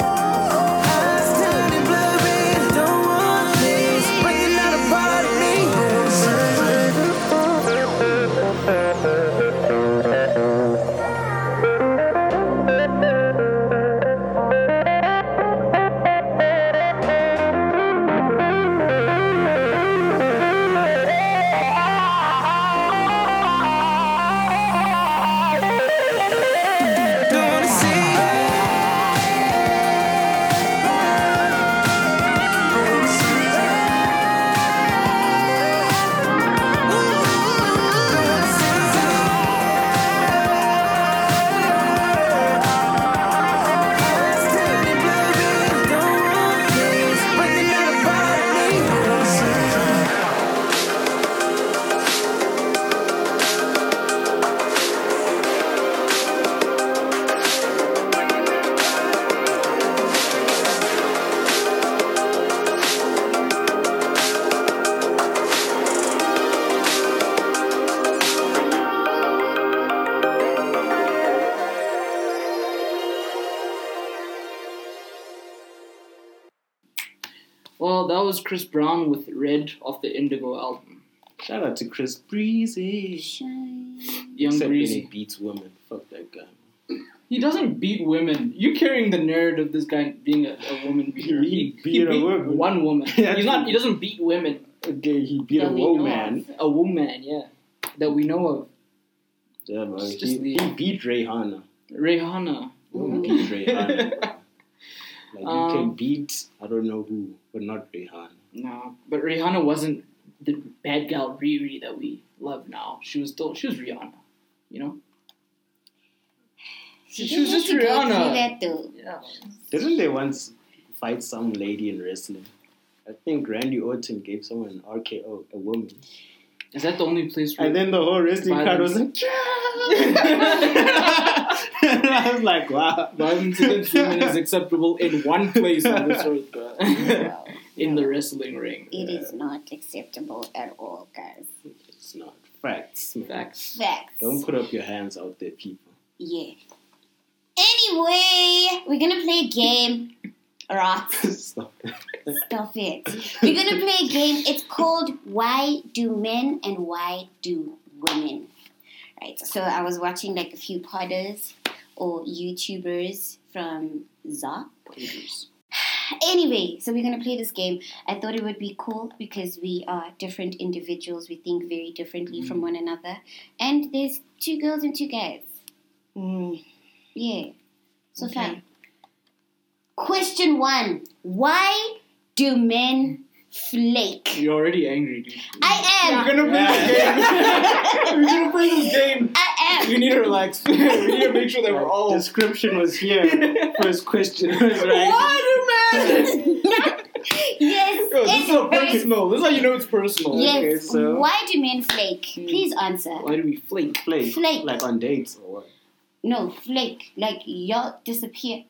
S7: Eyes down and blurry, don't want this. Breaking out a part of me. Don't wanna see.
S2: Well, that was Chris Brown with Red off the Indigo album.
S3: Shout out to Chris Breezy.
S2: Young
S3: Except when he
S2: Breezy.
S3: beats women. Fuck that guy.
S2: He doesn't beat women. You're carrying the narrative of this guy being a, a woman beater.
S3: He beat a woman.
S2: one woman.
S3: Yeah.
S2: He's not. He doesn't beat women.
S3: Okay, he beat
S1: That
S3: a
S1: we know
S3: woman.
S2: A woman, yeah, that we know of.
S3: Yeah, bro.
S2: Just
S3: He,
S2: leave.
S3: he beat Rihanna.
S2: Rihanna.
S3: Don't beat Rihanna. bro. Like you can
S2: Um,
S3: beat I don't know who, but not Rihanna.
S2: No, but Rihanna wasn't the bad gal Riri that we love now. She was still she was Rihanna, you know. She,
S1: didn't
S2: was
S1: have
S2: just
S1: to go through
S2: Rihanna.
S1: that though.
S2: Yeah.
S3: Didn't they once fight some lady in wrestling? I think Randy Orton gave someone an RKO, a woman.
S2: Is that the only place? Where
S3: And then the whole wrestling crowd was like, and I was like, wow.
S2: violence against women is acceptable in one place on this earth. bro. in the wrestling ring.
S1: It is not acceptable at all, guys.
S3: It's not facts. man.
S2: Facts.
S1: Facts.
S3: Don't put up your hands out there, people.
S1: Yeah. Anyway, we're gonna play a game. Alright,
S3: Stop.
S1: stop it. We're gonna play a game. It's called Why Do Men and Why Do Women? Right. So I was watching like a few podders or YouTubers from Zop. Anyway, so we're gonna play this game. I thought it would be cool because we are different individuals. We think very differently from one another. And there's two girls and two guys.
S4: Mm.
S1: Yeah. So fine. Question one. Why do men flake?
S2: You're already angry, dude.
S1: I am.
S2: We're gonna play this game. We're gonna play this game.
S1: I
S2: We
S1: am.
S2: need to relax. we need to make sure that we're all.
S3: Description was here. First question was right.
S2: Why do men?
S1: yes.
S2: Yo, this
S1: it's
S2: is so
S1: very-
S2: personal. This is how you know it's personal.
S1: Yes.
S3: Okay, so- Hmm.
S1: Why do men flake? Please answer.
S2: Why do we flake?
S3: Play.
S1: Flake.
S3: Like on dates or what?
S1: No, flake. Like y'all disappear.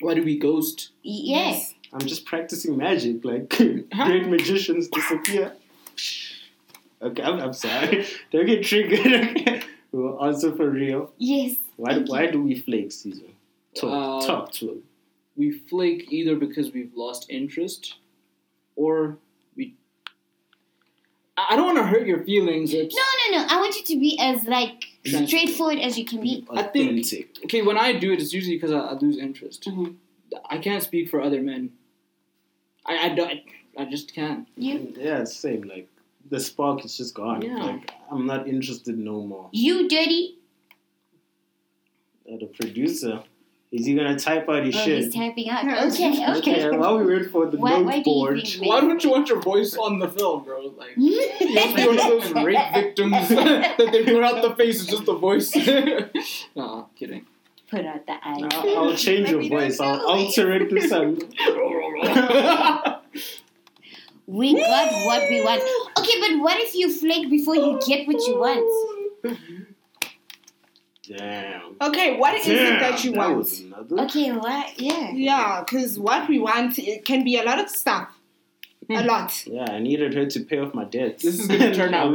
S2: Why do we ghost?
S1: Yes.
S3: I'm just practicing magic. Like great magicians disappear. Okay, I'm, I'm sorry. Don't get triggered. Okay. We'll answer for real.
S1: Yes.
S3: Why, why do we flake, Caesar? Talk,
S2: Uh,
S3: talk to him.
S2: We flake either because we've lost interest, or we. I I don't want to hurt your feelings. It's-
S1: No, no, no. I want you to be as like
S2: Exactly.
S1: straightforward as you can be.
S2: I think-
S3: Authentic.
S2: Okay, when I do it, it's usually because I, I lose interest.
S1: Mhm.
S2: I can't speak for other men. I, I don't. I just can't.
S1: You,
S3: Yeah, same. Like the spark is just gone.
S2: Yeah.
S3: Like I'm not interested no more.
S1: you dirty.
S3: Uh, the producer, is he gonna type out his
S1: Oh,
S3: shit?
S1: he's typing out. Okay, okay.
S3: While we wait for the
S1: Why- why do you
S3: note board,
S1: think
S2: Why don't you want your voice on the film, bro? Like, you must be one of those rape
S1: Put
S2: victims that they put out the face, it's just the voice. nah, kidding.
S1: out the eye.
S3: I'll, I'll change your
S4: Maybe don't
S3: voice. I'll
S4: do it.
S3: alter it to some.
S1: We got what we want. Okay, but what if you flake before you get what you want?
S3: Damn.
S4: Okay, what is it
S3: Damn,
S4: that you
S3: that
S4: want?
S3: was another.
S1: Okay, what? Yeah.
S4: Yeah, because what we want it can be a lot of stuff. A
S1: Hmm.
S4: lot.
S3: Yeah, I needed her to pay off my debts.
S2: This is gonna turn out
S3: I'm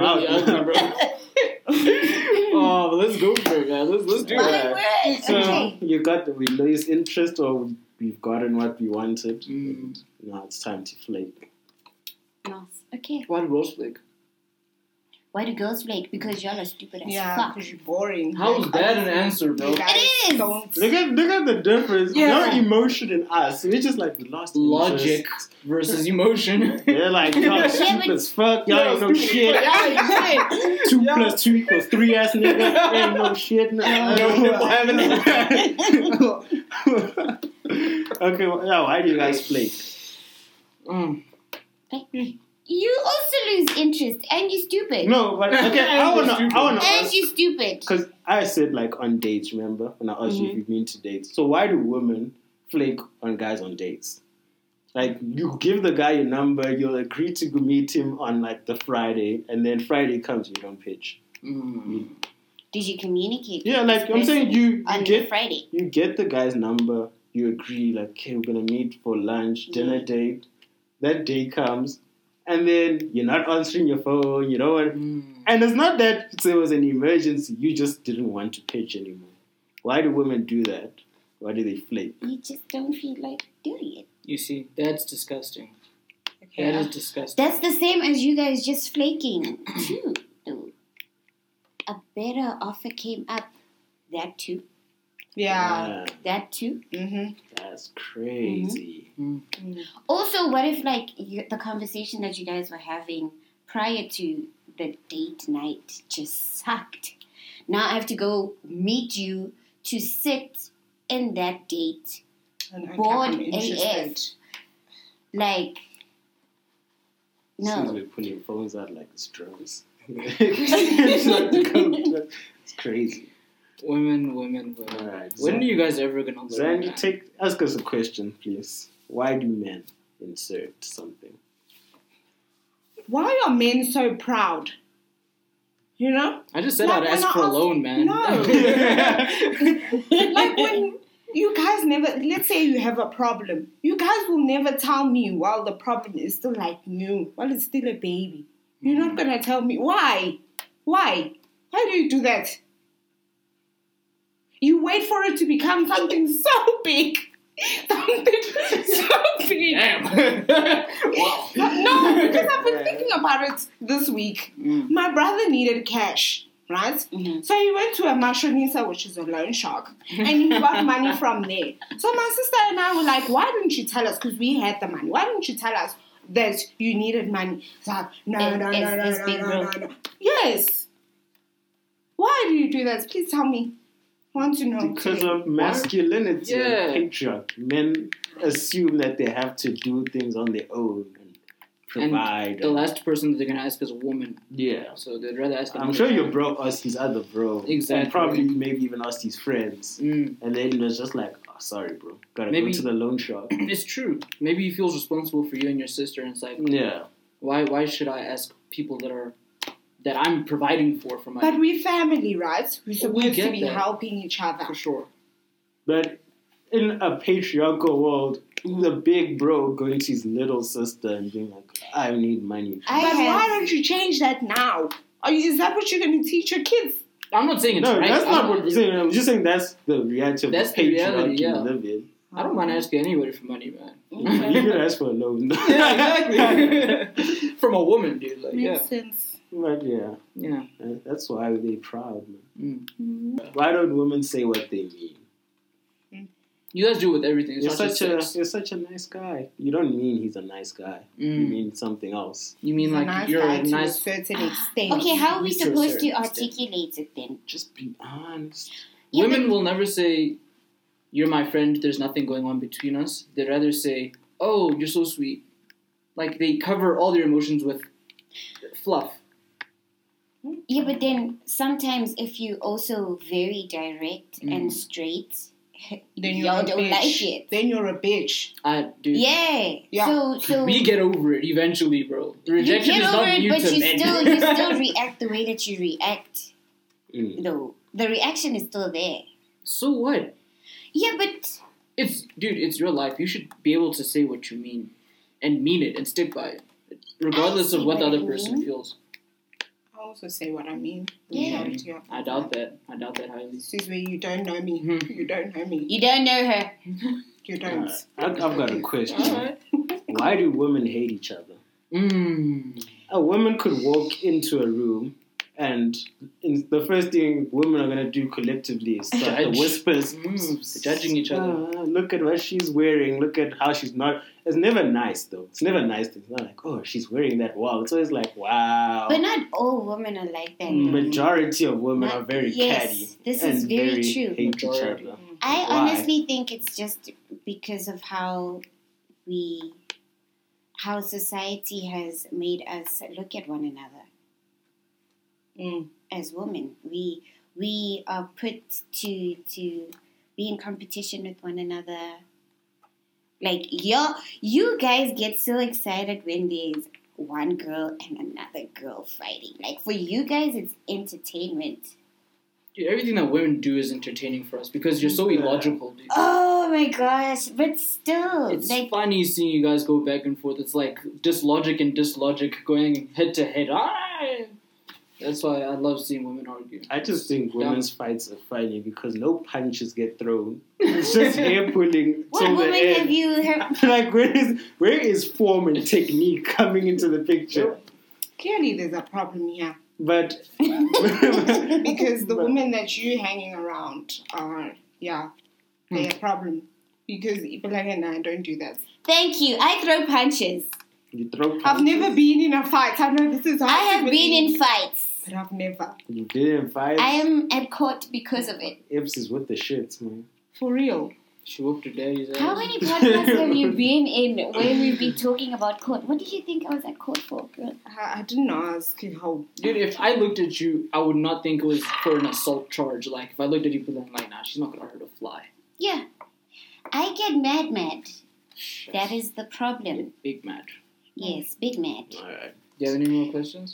S2: really ugly, bro. oh, but let's go for it, man. Let's let's do it.
S3: Yeah. So
S1: Okay.
S3: you got we lose interest, or we've gotten what we wanted.
S2: Hmm.
S3: Now it's time to flake.
S1: Nice. Okay.
S2: Why rose flick?
S1: Why do girls flake? Because y'all are stupid as
S4: Yeah,
S1: fuck.
S4: because you're boring.
S2: How is that an answer, bro?
S4: You guys
S1: It is.
S4: Don't.
S3: Look at look at the difference.
S4: Yeah.
S3: No emotion in us. We're just like we lost
S2: Logic
S3: interest.
S2: versus emotion.
S3: They're like, y'all stupid as fuck. Y'all ain't no shit.
S4: Yeah, yeah.
S3: Two plus two equals three ass nigga. Ain't no shit. No,
S2: No nipple having
S3: okay, well, yeah, why do you guys play?
S2: Mm.
S4: Hmm.
S1: You also lose interest and you're stupid.
S3: No, but okay, I wanna, I wanna
S1: And
S3: ask
S1: you're stupid.
S3: because I said like on dates. Remember when I asked you if you've been to dates? So why do women flake on guys on dates? Like you give the guy your number, you'll agree to go meet him on like the Friday, and then Friday comes, you don't pitch.
S2: Mm.
S1: Did you communicate?
S3: Yeah,
S1: with
S3: like
S1: this
S3: I'm saying,
S1: person
S3: you,
S1: on
S3: you get
S1: Friday.
S3: you get the guy's number, you agree, like, okay, we're gonna meet for lunch, dinner date. That day comes, and then you're not answering your phone, you know what? And it's not that there was an emergency, you just didn't want to pitch anymore. Why do women do that? Why do they flake?
S1: You just don't feel like doing it.
S2: You see, that's disgusting.
S4: Okay.
S2: That is disgusting.
S1: That's the same as you guys just flaking too. though. A better offer came up. That too.
S4: Yeah.
S1: That too.
S4: Mm-hmm.
S3: that's crazy.
S1: Also, what if like you, the conversation that you guys were having prior to the date night just sucked? Now I have to go meet you to sit in that date.
S4: And I
S1: Bored
S4: can't be interested.
S1: AF. Like,
S3: Since
S1: no.
S3: we're putting phones out like it's drones. it's, like the code. it's crazy.
S2: Women, women, women.
S3: Alright,
S2: When
S3: Zan-
S2: are you guys ever gonna learn?
S3: Zan, you
S2: that?
S3: take ask us a question, please. Why do men insert something?
S4: Why are men so proud? You know?
S2: I just said
S4: No,
S2: I'd
S4: no,
S2: ask
S4: no,
S2: for a
S4: I'll-
S2: loan, man.
S4: no. like when you guys never let's say you have a problem you guys will never tell me while the problem is still like new while it's still a baby you're not gonna tell me why why why do you do that you wait for it to become something so big something so big no, because I've been thinking about it this week.
S2: Mm.
S4: My brother needed cash, right?
S2: Mm-hmm.
S4: So he went to a Mashonisa, which is a loan shark, and he got money from there. So my sister and I were like, why didn't you tell us? Because we had the money. Why didn't you tell us that you needed money? It's like, no,
S1: It-
S4: no,
S1: it's-
S4: no, no,
S1: it's
S4: no,
S1: big
S4: no,
S1: bro.
S4: no, no. Yes. Why do you do that? Please tell me. I want to know.
S3: Because of masculinity
S2: Yeah.
S3: and patriarchy, men assume that they have to do things on their own and
S2: And
S3: provide.
S2: the last person that they're gonna ask is a woman,
S3: yeah.
S2: so they'd rather ask.
S3: I'm
S2: another
S3: sure
S2: guy.
S3: your bro asked his other bro.
S2: Exactly.
S3: And probably maybe even asked his friends.
S2: Mm,
S3: And then it was just like, oh, sorry, bro. Gotta
S2: Maybe-
S3: go to the loan shark.
S2: it's true. Maybe he feels responsible for you and your sister, and it's like,
S3: yeah.
S2: why? Why should I ask people that are that I'm providing for for my
S4: But we're family, right? We're supposed to
S2: get
S4: be
S2: that.
S4: helping each other.
S2: for sure?
S3: But in a patriarchal world, the big bro going to his little sister and being like, I need money.
S1: I
S4: but
S1: have-
S4: why don't you change that now? Are you, is that what you're going to teach your kids?
S2: I'm not saying it's
S3: No,
S2: right.
S3: that's
S2: I
S3: not
S2: don't-
S3: what I'm saying. I'm just saying that's the reality of
S2: That's
S3: the
S2: the
S3: patriarchy
S2: reality, yeah.
S3: we live in.
S2: I don't mind asking anybody for money, man.
S3: you could ask for a loan.
S2: yeah, exactly. From a woman, dude. Like, yeah,
S4: Makes sense.
S3: but yeah,
S2: yeah.
S3: that's why they proud. Man.
S2: Mm.
S3: Why don't women say what they mean?
S2: You guys do with everything. It's
S3: You're
S2: not
S3: such
S2: just
S3: a
S2: sex.
S3: you're such a nice guy. You don't mean he's a nice guy. You
S2: Mm.
S3: mean something else.
S2: You mean
S4: He's
S2: like
S4: a nice
S2: you're
S4: guy
S2: a
S4: to a
S2: nice?
S4: certain extent.
S1: Okay, how are we
S2: To a
S1: supposed to
S2: certain extent.
S1: articulate it then?
S3: Just be honest.
S1: Yeah,
S2: Women will never say, "You're my friend." There's nothing going on between us. They'd rather say, "Oh, you're so sweet." Like they cover all their emotions with fluff.
S1: Yeah, but then sometimes if you also very direct and straight,
S4: Then you're
S1: y'all
S4: a
S1: don't
S4: bitch.
S1: like it.
S4: Then you're a bitch.
S2: I dude.
S1: Yeah.
S4: Yeah.
S1: So so
S2: We get over it eventually, bro.
S1: you
S2: Rejection
S1: get
S2: is not
S1: over it,
S2: new
S1: but
S2: to
S1: you
S2: men.
S1: still you still react the way that you react.
S3: Mm.
S1: Though the reaction is still there.
S2: so what?
S1: Yeah, but
S2: It's dude. It's your life. You should be able to say what you mean, and mean it, and stick by it, regardless
S1: see
S2: of what the
S1: what
S2: other
S1: you
S2: person
S1: mean.
S2: feels.
S4: I also say what I mean.
S1: Yeah.
S4: Majority of the
S2: I
S4: time.
S2: doubt that. I doubt that highly.
S4: This is where you don't know me.
S2: Mhm.
S4: You don't know me.
S1: Mm-hmm. you don't know her.
S4: You don't.
S3: I, I've got a question. Why do women hate each other?
S2: Mm.
S3: A woman could walk into a room and in, the first thing women are going to do collectively is start the
S2: Judge.
S3: whispers.
S2: Mm, judging each other.
S3: "Ah, look at what she's wearing. Look at how she's not. It's never nice, though. It's never nice. It's not like, oh, she's wearing that. Wow. It's always like, wow.
S1: But not all women are like that.
S3: Majority of Mm, women
S1: Not-
S3: are very
S1: yes,
S3: catty.
S1: this
S3: and
S1: is very true.
S3: Hate each
S2: Majority.
S3: other.
S1: I
S3: Why?
S1: honestly think it's just because of how we, how society has made us look at one another
S4: Mm.
S1: as women. We we are put to to be in competition with one another. Like you you guys get so excited when there's one girl and another girl fighting. Like for you guys, it's entertainment.
S2: Dude, everything that women do is entertaining for us because you're so
S3: Yeah.
S2: illogical, dude.
S1: Oh my gosh! But still,
S2: It's
S1: like
S2: funny seeing you guys go back and forth. It's like dislogic and dislogic going head to head. Ah! That's why I love seeing women argue.
S3: I just think women's fights are funny because no punches get thrown. It's just hair pulling
S1: What
S3: till the
S1: woman
S3: end.
S1: have you heard?
S3: like where is where is form and technique coming into the picture?
S4: Clearly, there's a problem here
S3: But
S4: because the
S3: But-
S4: women that you hanging around are, yeah,
S1: Hmm.
S4: they're a problem. Because Ibalak and I don't do that.
S1: Thank you. I throw punches.
S3: you throw
S4: I've never been in a fight. I know this is.
S1: I have been in fights.
S4: But I've never.
S3: you didn't fight.
S1: I am at court because of it.
S3: Ips is with the shits, man.
S4: For real.
S2: She whooped her daddy's ass.
S1: How many podcasts have you been in where we've been talking about court? What did you think I was at court for? girl?
S4: I, I didn't ask how.
S2: Dude, if I looked at you, I would not think it was for an assault charge. Like, if I looked at you, I'm like, nah, she's not gonna hurt a fly.
S1: Yeah. I get mad, mad. That is the problem.
S2: Big mad.
S1: Yes, big mad.
S3: Alright.
S2: Do you have any more questions?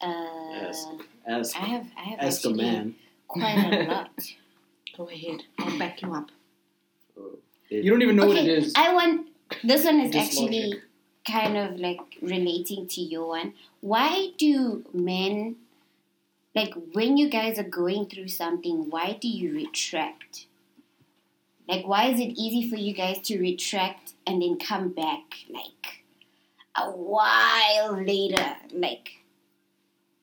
S1: Uh,
S3: Ask. Ask
S1: I have, I have
S3: ask a
S1: actually
S3: man.
S1: quite a lot.
S4: Go ahead. I'll back you up.
S2: You don't even know what it is.
S1: I want this one is
S2: Just
S1: actually
S2: logic.
S1: kind of like relating to your one. Why do men like when you guys are going through something, why do you retract? Like why is it easy for you guys to retract and then come back like a while later? Like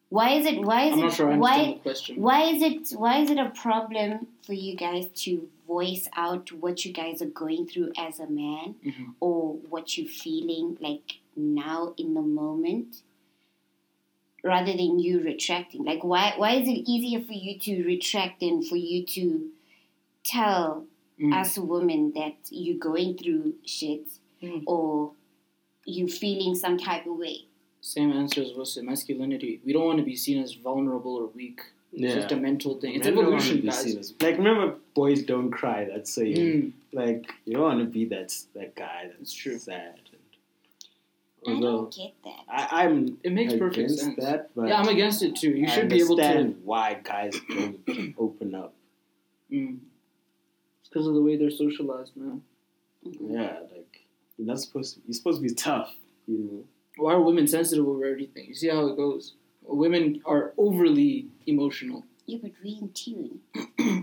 S1: why is it why is
S2: I'm
S1: it
S2: not sure I understand
S1: why
S2: the question.
S1: why is it why is it a problem for you guys to voice out what you guys are going through as a man
S3: Mm-hmm.
S1: or what you're feeling like now in the moment rather than you retracting like why why is it easier for you to retract than for you to tell
S3: Mm.
S2: Mm.
S1: us women that you're going through shit
S3: Mm.
S1: or you're feeling some type of way
S2: Same answer as was said. Masculinity. We don't want to be seen as vulnerable or weak. It's
S3: Yeah.
S2: just a mental thing. It's
S3: Men don't wanna
S2: evolution,
S3: be
S2: guys.
S3: serious. Like remember, boys don't cry. That's saying
S2: Mm.
S3: like you don't want to be that that guy. That's
S2: It's true.
S3: Sad.
S1: i
S3: Although
S1: don't get that
S3: I, am
S2: It makes perfect
S3: against
S2: sense.
S3: That, but
S2: Yeah, I'm against it too. You
S3: I
S2: should be able to.
S3: understand why guys don't open up.
S2: Mm. It's because of the way they're socialized, man.
S3: Yeah, like you're not supposed. To, you're supposed to be tough. You know.
S2: Why are women sensitive over everything? You see how it goes. Women are overly emotional.
S1: you could be in tune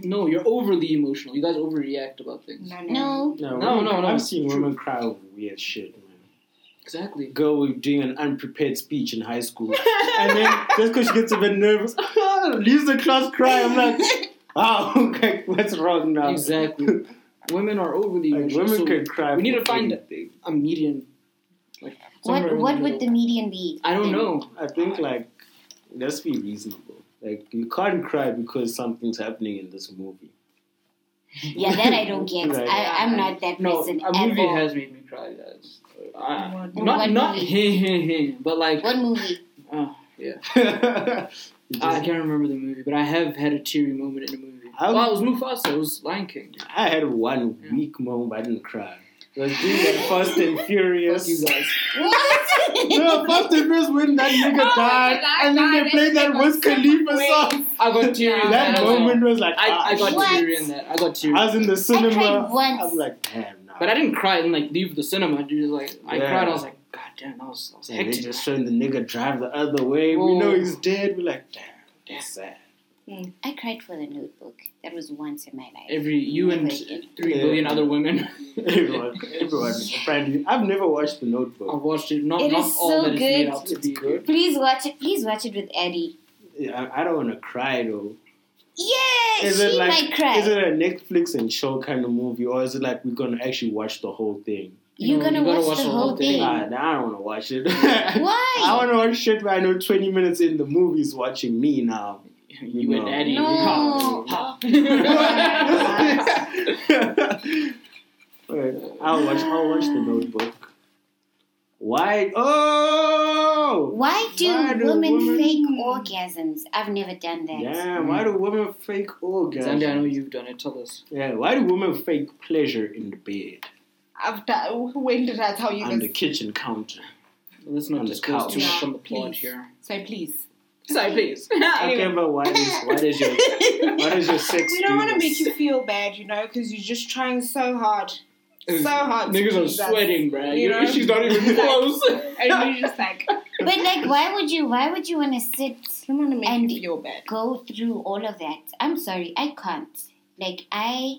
S2: No, you're overly emotional. You guys overreact about things.
S4: No,
S1: no
S3: No,
S2: No,
S3: women-
S2: no, no,
S3: I've
S2: it's
S3: seen
S2: true.
S3: women cry over weird shit, man.
S2: Exactly.
S3: Girl doing an unprepared speech in high school, and then just because she gets a bit nervous, leaves the class crying. I'm like, oh, okay, what's wrong now?
S2: Exactly. women are overly
S3: Like,
S2: emotional.
S3: women
S2: so
S3: can cry.
S2: we need
S3: for
S2: to find
S3: anything.
S2: a median. Like, somewhere
S1: what
S2: in
S1: what would
S2: middle.
S1: the median be
S2: I don't know.
S3: I think like let's be reasonable. Like you can't cry because something's happening in this movie.
S1: yeah that i don't get
S3: Right.
S1: I, i'm not that
S2: No,
S1: person
S2: a
S1: at
S2: movie
S1: all.
S2: has made me cry, guys. I,
S4: What
S2: not
S1: movie?
S2: not him, him, him, but like
S1: what movie
S2: oh, yeah.
S3: You
S2: I
S3: just-
S2: can't remember the movie, but I have had a teary moment in a movie.
S3: I
S2: Oh, it was Mufasa. It was Lion King.
S3: I had one weak moment. but I didn't cry. It was doing that Fast and
S2: Fuck
S3: Furious.
S2: you guys.
S3: No, Fast and Furious when that
S2: Oh
S3: nigga died, and then they played that Wiz Khalifa song.
S2: I got teary. in
S3: That
S2: I was like-
S3: moment was like, ah,
S2: I, I got
S1: What?
S2: teary in that. I got teary.
S3: I was in the cinema.
S1: once.
S3: I'm like, damn, nah.
S2: But I didn't cry and like leave the cinema, dude. Like I
S3: Yeah.
S2: cried. I was like, God damn, that was, that was
S3: And they
S2: hectic.
S3: just showing the nigga drive the other way. We
S2: Whoa.
S3: know he's dead. We're like, damn, that's sad.
S1: I cried for the notebook. That was once in my life.
S2: Every you and three
S3: Yeah.
S2: billion other women.
S3: everyone, everyone, apparently, I've never watched The
S2: I
S3: Notebook.
S2: watched it. Not,
S1: It
S2: not
S1: is
S2: all
S1: so
S2: that it's made
S1: good.
S2: out to
S3: It's
S2: be.
S3: good.
S1: Please watch it. Please watch it with Eddie.
S3: Yeah, I, I don't want to cry though.
S1: Yeah,
S3: Is
S1: she
S3: it
S1: might
S3: like,
S1: cry.
S3: is it a Netflix and chill kind of movie, or is it like we're gonna actually watch the whole thing?
S1: You're
S2: No,
S1: gonna
S2: you gotta
S1: watch, the whole thing.
S3: Nah, nah, I don't want to watch it.
S1: Why?
S3: I want to watch shit, but I know 20 minutes in the movie's watching me now.
S2: You
S3: No.
S2: and Eddie.
S1: No.
S2: Ha, ha.
S3: Alright, I'll watch. I'll watch the Notebook. Why? Oh,
S1: Why do
S3: Why do
S1: women,
S3: women-
S1: fake orgasms? I've never done that.
S3: damn! Why do women fake
S2: Zandi, I
S3: orgasms?
S2: know you've done it. Tell us.
S3: Yeah, why do women fake pleasure in the bed
S4: After when did I tell you
S3: on the
S4: this?
S3: kitchen counter?
S2: Let's
S3: On
S2: not
S3: the
S2: discuss too
S3: couch.
S2: much on the plot
S4: Please.
S2: here.
S4: So please,
S2: Sorry, please.
S3: Talking about why is what is your what is your sex?
S4: we don't want to
S3: this?
S4: make you feel bad, you know, because you're just trying so hard, so hard. to
S2: Niggas are
S4: please us,
S2: sweating, bruh.
S4: you know?
S2: She's not even close.
S4: and you're just like, I
S1: But like, why would you? Why would you want to sit
S4: don't want to make
S1: And-
S4: you feel bad.
S1: go through all of that? I'm sorry, I can't. Like I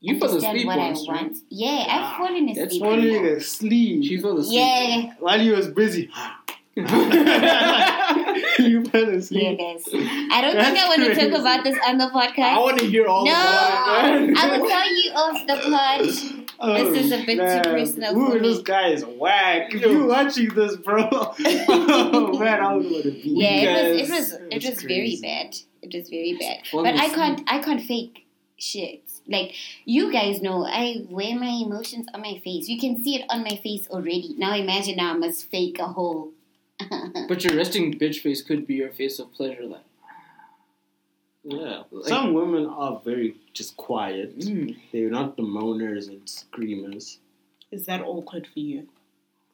S2: you fell
S1: understand
S2: asleep
S1: what I
S2: once, right?
S1: want. Yeah, I've
S3: Ah,
S1: fallen
S2: that's
S1: asleep.
S3: falling asleep
S2: She fell asleep.
S1: yeah,
S3: while you was busy. you fell
S1: yeah,
S3: asleep.
S1: guys. I don't think I
S3: That's
S1: want to
S3: crazy.
S1: talk about this on the podcast.
S3: I want to hear all
S1: No,
S3: about it.
S1: I will tell you off the pod. This is a bit too personal
S3: Ooh,
S1: for me.
S3: this guy is whack. Oh, If you watching this, bro, oh man, I was gonna be.
S1: Yeah, it was,
S3: Yes.
S1: it was, it was very
S3: crazy.
S1: bad. It was very bad.
S2: One
S1: But
S2: was-
S1: I can't, I can't fake shit. Like you guys know, I wear my emotions on my face. You can see it on my face already. Now imagine now I must fake a whole.
S2: But your resting bitch face could be your face of pleasure, like.
S3: Yeah.
S2: Like-
S3: Some women are very just quiet.
S2: Mm.
S3: They're not the moaners and screamers.
S4: Is that awkward for you?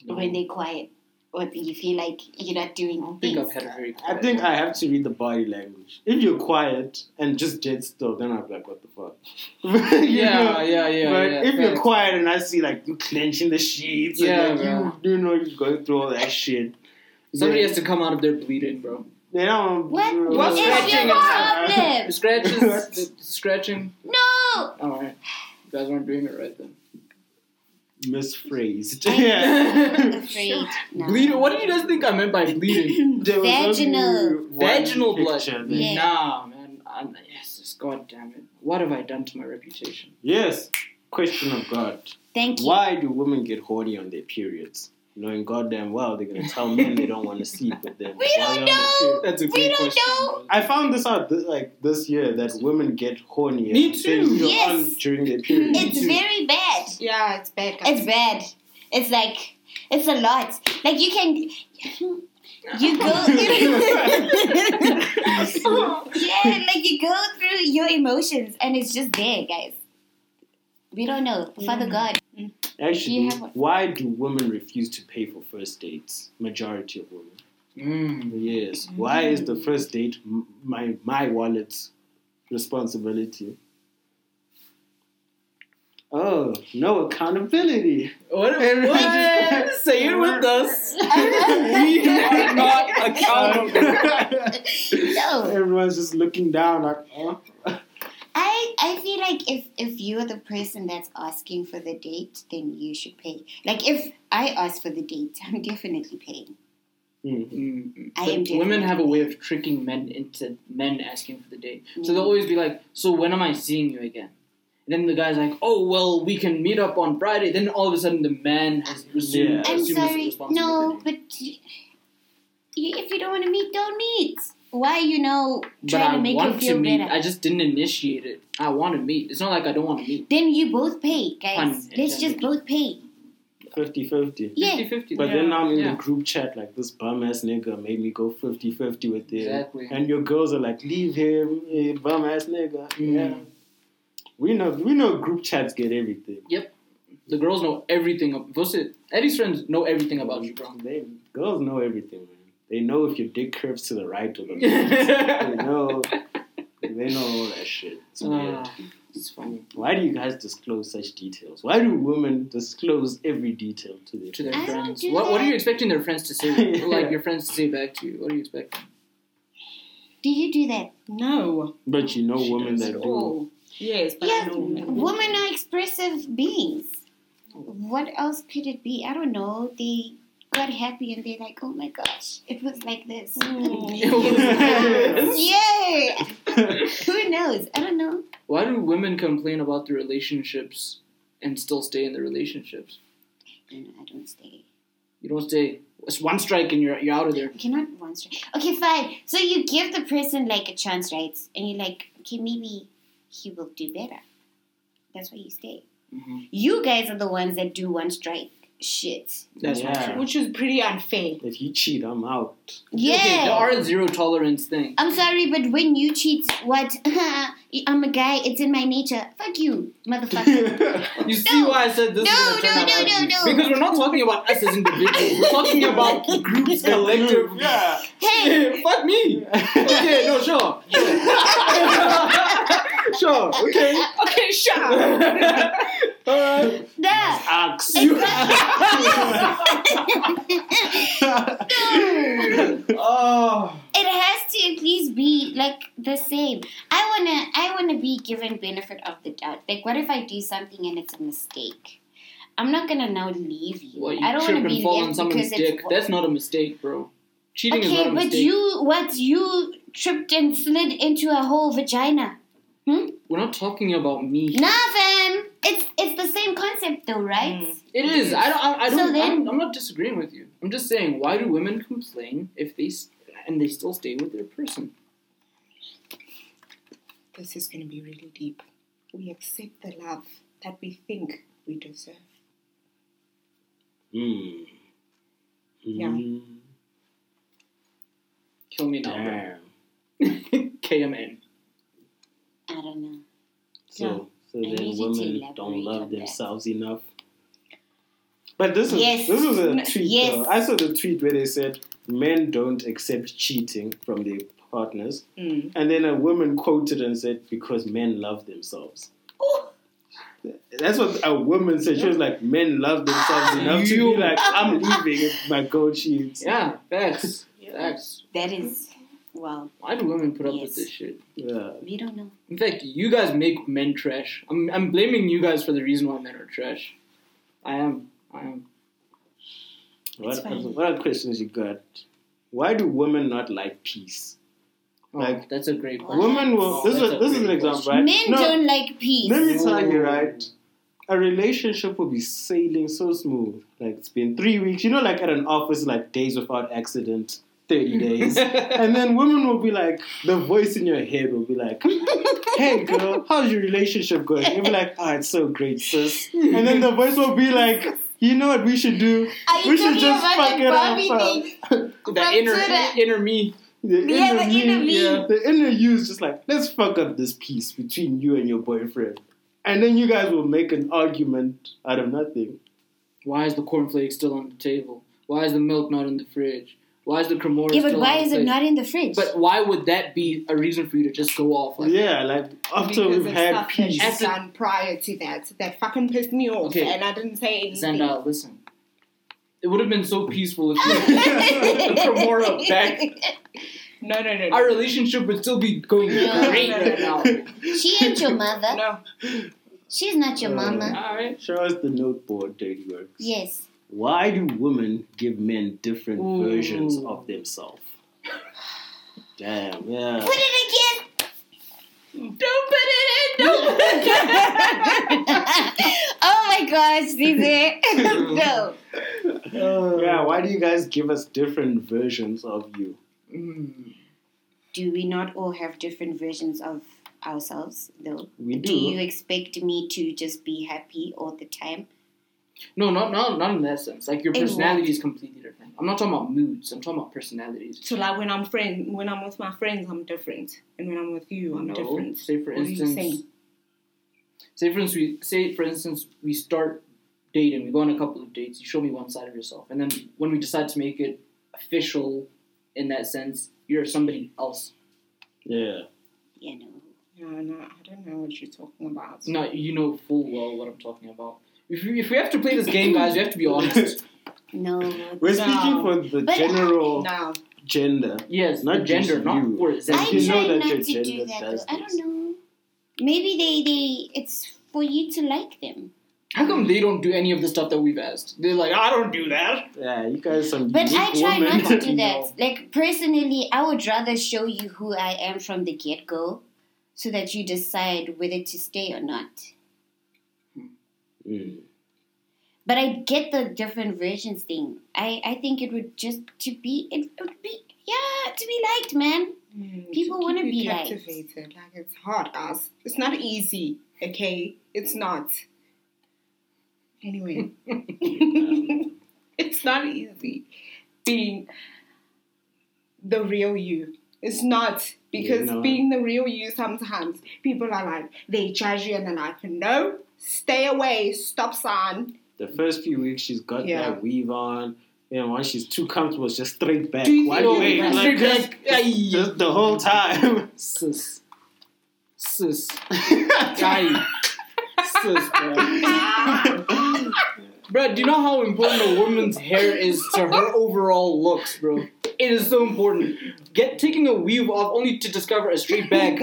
S3: Oh.
S1: When they're quiet, Or do you feel like you're not doing
S2: think
S1: things?
S2: I've had a very
S3: I
S2: quiet
S3: think I have to read the body language. If you're quiet and just dead still, then I'll be like, what the fuck? You
S2: Yeah,
S3: know?
S2: yeah, yeah.
S3: but
S2: yeah,
S3: if you're
S2: facts.
S3: quiet and I see like you clenching the sheets,
S2: Yeah,
S3: and, like,
S2: bro.
S3: you, you know you go through all that shit.
S2: somebody
S3: then,
S2: has to come out of there bleeding, bro.
S3: Then I'm,
S1: What is
S2: What's
S1: your
S2: scratching
S1: problem?
S2: The scratches, the, the scratching.
S1: No!
S2: All right, you guys weren't doing it right then.
S3: Misphrased.
S1: I-
S3: yeah.
S1: Afraid. No.
S2: Bleeding. What do you guys think I meant by bleeding?
S3: There was only
S1: Vaginal.
S3: one
S2: Vaginal blood.
S3: picture there.
S1: Yeah.
S2: Nah, man. I'm, yes, yes, God damn it. What have I done to my reputation?
S3: Yes. Question of God.
S1: Thank you.
S3: Why do women get horny on their periods? Knowing goddamn well they're gonna tell men they don't want to sleep with them.
S1: We
S3: while
S1: don't
S3: they're on their
S1: know.
S3: period.
S2: That's a
S1: We
S2: great
S1: don't
S2: question.
S1: know.
S2: bro.
S3: I found this out th- like this year that women get horny.
S2: Me too.
S1: Yes.
S3: During their period.
S1: It's very bad.
S4: Yeah, it's bad. guys.
S1: It's bad. It's like it's a lot. Like you can you go Yeah, like you go through your emotions and it's just there, guys. We don't know. Father
S3: Mm.
S1: God.
S3: Actually,
S1: You have one.
S3: why do women refuse to pay for first dates? Majority of women.
S2: Mm.
S3: Yes. Why is the first date m- my my wallet's responsibility? Oh, no accountability.
S2: What, what? Say it with us. we are not accountable.
S1: No.
S3: Everyone's just looking down like, oh.
S1: I I feel like if if you're the person that's asking for the date, then you should pay. Like if I ask for the date, I'm definitely paying.
S3: hmm,
S2: Mm.
S1: Mm-hmm. I
S2: But
S1: am
S2: women
S1: definitely-
S2: have a way of tricking men into men asking for the date. So
S1: Mm.
S2: they'll always be like, "So when am I seeing you again?" And then the guy's like, "Oh well, we can meet up on Friday." Then all of a sudden, the man has resumed.
S3: Yeah.
S1: I'm
S2: assumes
S1: sorry. No,
S2: responsibility.
S1: but y- y- if you don't want to meet, don't meet. Why you know
S2: But
S1: trying
S2: I
S1: to make
S2: want
S1: you feel
S2: to meet.
S1: better?
S2: I just didn't initiate it. I want to meet. It's not like I don't want to meet.
S1: Then you both pay, guys.
S2: Pun
S1: Let's just both
S2: intended.
S1: pay.
S3: 50 50.
S1: Yeah.
S2: 50
S3: But then now I'm in the group chat like this bum ass nigga made me go 50 50 with him.
S2: Exactly.
S3: And your girls are like, leave him, eh, bum ass nigga.
S2: Mm.
S3: Yeah. We know we know group chats get everything.
S2: The girls know everything. ab- Those are- Eddie's friends know everything about you, bro.
S3: They, girls know everything, man. They know if your dick curves to the right or the left. they
S2: Ah,
S3: know they know all that shit. It's weird.
S2: it's funny.
S3: Why do you guys disclose such details? Why do women disclose every detail to their
S2: to their
S1: I don't
S2: friends.
S1: do
S2: what, what are
S1: that.
S2: you expecting their friends to say? like your friends to say back to you? What are you expecting?
S1: Do you do that?
S4: no.
S3: But you know
S2: She
S3: women
S2: does
S3: that
S2: it
S3: do.
S4: Oh, yes, but
S1: Yeah,
S4: no.
S1: women are expressive beings. What else could it be? I don't know. They got happy and they're like, oh my gosh, it was like this.
S4: Mm.
S1: Yay! Who knows? I don't know.
S2: Why do women complain about the relationships and still stay in the relationships?
S1: You know, I don't stay.
S2: You don't stay. It's one strike and you're you're out of there.
S1: You cannot one strike. Okay, fine. So you give the person like a chance, right? And you're like, okay, maybe he will do better. That's why you stay.
S2: Mhm.
S1: You guys are the ones that do one strike shit.
S2: That's not
S3: Yeah.
S2: true.
S4: Which is pretty unfair.
S3: If you cheat, I'm out.
S1: Yeah.
S2: Okay, there are zero tolerance thing.
S1: I'm sorry, but when you cheat, what? I'm a guy. It's in my nature. Fuck you, motherfucker.
S2: You see
S1: No.
S2: why I said this
S1: No,
S2: is gonna turn
S1: no,
S2: out
S1: no,
S2: ugly?
S1: no, no.
S2: Because we're not talking about us as individuals. We're talking about groups collectively.
S3: Yeah.
S1: hey,
S2: Yeah, fuck me. Okay, no, sure. sure, okay.
S4: Okay, shut up.
S2: Alright.
S1: nah.
S3: Axe.
S2: Oh.
S1: it has to at least be like the same. I wanna I wanna be given benefit of the doubt. Like what if I do something and it's a mistake? I'm not gonna now leave you.
S2: Well, you
S1: I don't
S2: trip
S1: wanna be
S2: and fall on
S1: left because
S2: someone's
S1: it's
S2: dick. That's not a mistake, bro. Cheating is not
S1: okay,
S2: a
S1: but
S2: mistake.
S1: you what you tripped and slid into a whole vagina.
S2: We're not talking about me.
S1: Nah fam. It's it's the same concept though, right?
S2: It is. I don't. I, I
S1: So
S2: don't.
S1: then-
S2: I'm, I'm not disagreeing with you. I'm just saying. Why do women complain if they s- and they still stay with their person?
S4: This is going to be really deep. We accept the love that we think we deserve.
S3: Hmm.
S4: Yeah.
S3: Hmm.
S2: Kill me now. bro.
S3: Damn.
S2: KMN.
S1: I don't know.
S3: So, so
S1: I need
S3: then
S1: you to
S3: women
S1: elaborate
S3: don't
S1: on
S3: love
S1: that.
S3: themselves enough. But this is
S1: Yes.
S3: this is a tweet.
S1: Yes.
S3: though. I saw the tweet where they said men don't accept cheating from their partners,
S4: Mm.
S3: and then a woman quoted and said because men love themselves.
S1: Oh.
S3: That's what a woman said. She was like, "Men love themselves enough to
S2: You-
S3: be like, I'm leaving if my girl cheats."
S2: Yeah, facts. Facts.
S1: That is, well,
S2: Why do women put up with
S1: Yes.
S2: this shit?
S3: Yeah.
S1: we don't know.
S2: In fact, you guys make men trash. I'm, I'm blaming you guys for the reason why men are trash. I am. I am.
S3: What,
S4: fine.
S3: what are questions you got? Why do women not like peace?
S2: Oh,
S3: Like-
S2: that's a great question.
S3: Women will. This
S2: That's
S3: is
S2: a
S3: this is an
S2: great
S3: example,
S2: question.
S3: right?
S1: Men
S3: No,
S1: don't like peace.
S3: Let me tell you, right? A relationship will be sailing so smooth. Like it's been three weeks. You know, like at an office, like days without accident, thirty days, and then women will be like, the voice in your head will be like, "Hey, girl, how's your relationship going?" You'll be like, "Ah, it's so great, sis," and then the voice will be like. You know what we should do?
S1: Are you
S3: we should
S1: talking
S3: just
S1: about
S3: fuck
S1: the
S3: it
S1: Barbie
S3: up.
S1: thing?
S2: The inner,
S1: Consider-
S2: inner me.
S3: The
S1: Yeah, the
S3: you-
S1: inner me.
S3: yeah, the inner you is just like, let's fuck up this piece between you and your boyfriend. And then you guys will make an argument out of nothing.
S2: Why is the cornflake still on the table? Why is the milk not in the fridge? Why is the cremora
S1: Yeah, but
S2: still
S1: why
S2: on
S1: is
S2: the
S1: it
S2: plate?
S1: not in the fridge?
S2: But why would that be a reason for you to just go off like
S3: Yeah, like after
S4: because
S3: we've
S4: of
S3: had
S4: stuff
S3: peace.
S4: that you've done prior to that that fucking pissed me off,
S2: Okay.
S4: and I didn't say anything.
S2: Zendaya, listen. It would have been so peaceful if you the cremora back.
S4: No, no, no, no.
S2: Our relationship would still be going
S1: No,
S2: great
S4: no,
S2: right
S4: no,
S2: now.
S1: she ain't your mother.
S4: no.
S1: She's not your
S3: Uh,
S1: mama.
S2: All right.
S3: Show us the noteboard, Dirty Works.
S1: Yes.
S3: Why do women give men different
S2: Ooh.
S3: versions of themselves? Damn, yeah.
S1: Put it
S4: Don't put it in. Don't put it in.
S1: again. oh my gosh, Caesar. no.
S3: Yeah, why do you guys give us different versions of you?
S2: Mm.
S1: Do we not all have different versions of ourselves, though?
S3: We
S1: Do you
S3: do.
S1: expect me to just be happy all the time?
S2: No, not, not not in that sense. Like your
S1: In
S2: personality is completely different. I'm not talking about moods. I'm talking about personalities.
S4: so like when I'm friend, when I'm with my friends, I'm different, and when I'm with you, I'm
S2: No.
S4: different.
S2: Say for
S4: What are you
S2: instance,
S4: saying?
S2: say for instance, we say for instance we start dating. We go on a couple of dates. You show me one side of yourself, and then when we decide to make it official, in that sense, you're somebody else.
S3: Yeah.
S1: You know.
S4: Yeah, no, I don't know what you're talking about.
S2: No, you know full well what I'm talking about. If we, if we have to play this game, guys, we have to be honest.
S1: No.
S3: We're
S4: No.
S3: speaking for the
S1: But I-
S3: general
S4: No,
S3: gender.
S2: Yes,
S3: Not
S2: the
S3: just
S2: gender, not
S3: you.
S2: for it.
S1: I
S3: you
S1: try
S3: know that
S1: not
S3: your
S1: to do
S3: gender
S1: that.
S3: does
S1: Though. I don't
S3: this.
S1: know. Maybe they they it's for you to like them.
S2: How come they don't do any of the stuff that we've asked? They're like, I don't do that.
S3: Yeah, you guys some
S1: But I
S3: unique
S1: try
S3: women.
S1: not to do that.
S2: No.
S1: Like personally, I would rather show you who I am from the get go, so that you decide whether to stay or not.
S3: Mm.
S1: But I get the different versions thing. I I think it would just to be it would be yeah to be liked, man.
S4: Mm,
S1: People
S4: keep
S1: wanna
S4: you
S1: be like-
S4: captivated. Like it's hard, guys. It's not easy. Okay, it's not. Anyway, it's not easy being the real you. It's not because
S3: no.
S4: being the real you sometimes people are like they judge you and they're like, no, stay away, stop sign.
S3: The first few weeks she's got
S4: Yeah.
S3: that weave on, and once she's too comfortable, it's just straight back.
S4: Do you
S3: Why
S4: think-
S3: wait?
S4: Yeah,
S3: Like,
S2: Straight
S3: just,
S2: back. Ay.
S3: just the whole time.
S2: Sis. Sis. Ay. Sis, bro. Bro, do you know how important a woman's hair is to her overall looks, bro? It is so important. Get taking a weave off only to discover a straight back.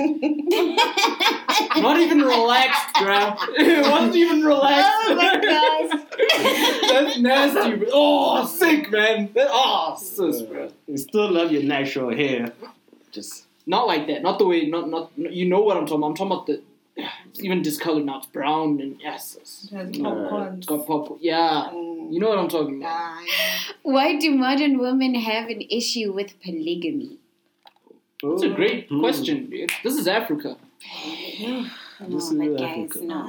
S2: Not even relaxed, bro. It wasn't even relaxed.
S1: Oh my gosh.
S2: That's nasty. Bro. Oh, sick, man. That, oh, sis, bro.
S3: you still love your natural hair. Just
S2: Not like that. Not the way. Not not. You know what I'm talking. about. I'm talking about the. It's even discolored now. It's brown and yes. It's
S4: There's
S3: popcorn.
S2: got purple. Yeah. You know what I'm talking about.
S1: Why do modern women have an issue with polygamy?
S2: That's a great
S3: Hmm.
S2: question, dude. This is Africa.
S1: No,
S3: This is
S1: but guys,
S3: Africa.
S1: no.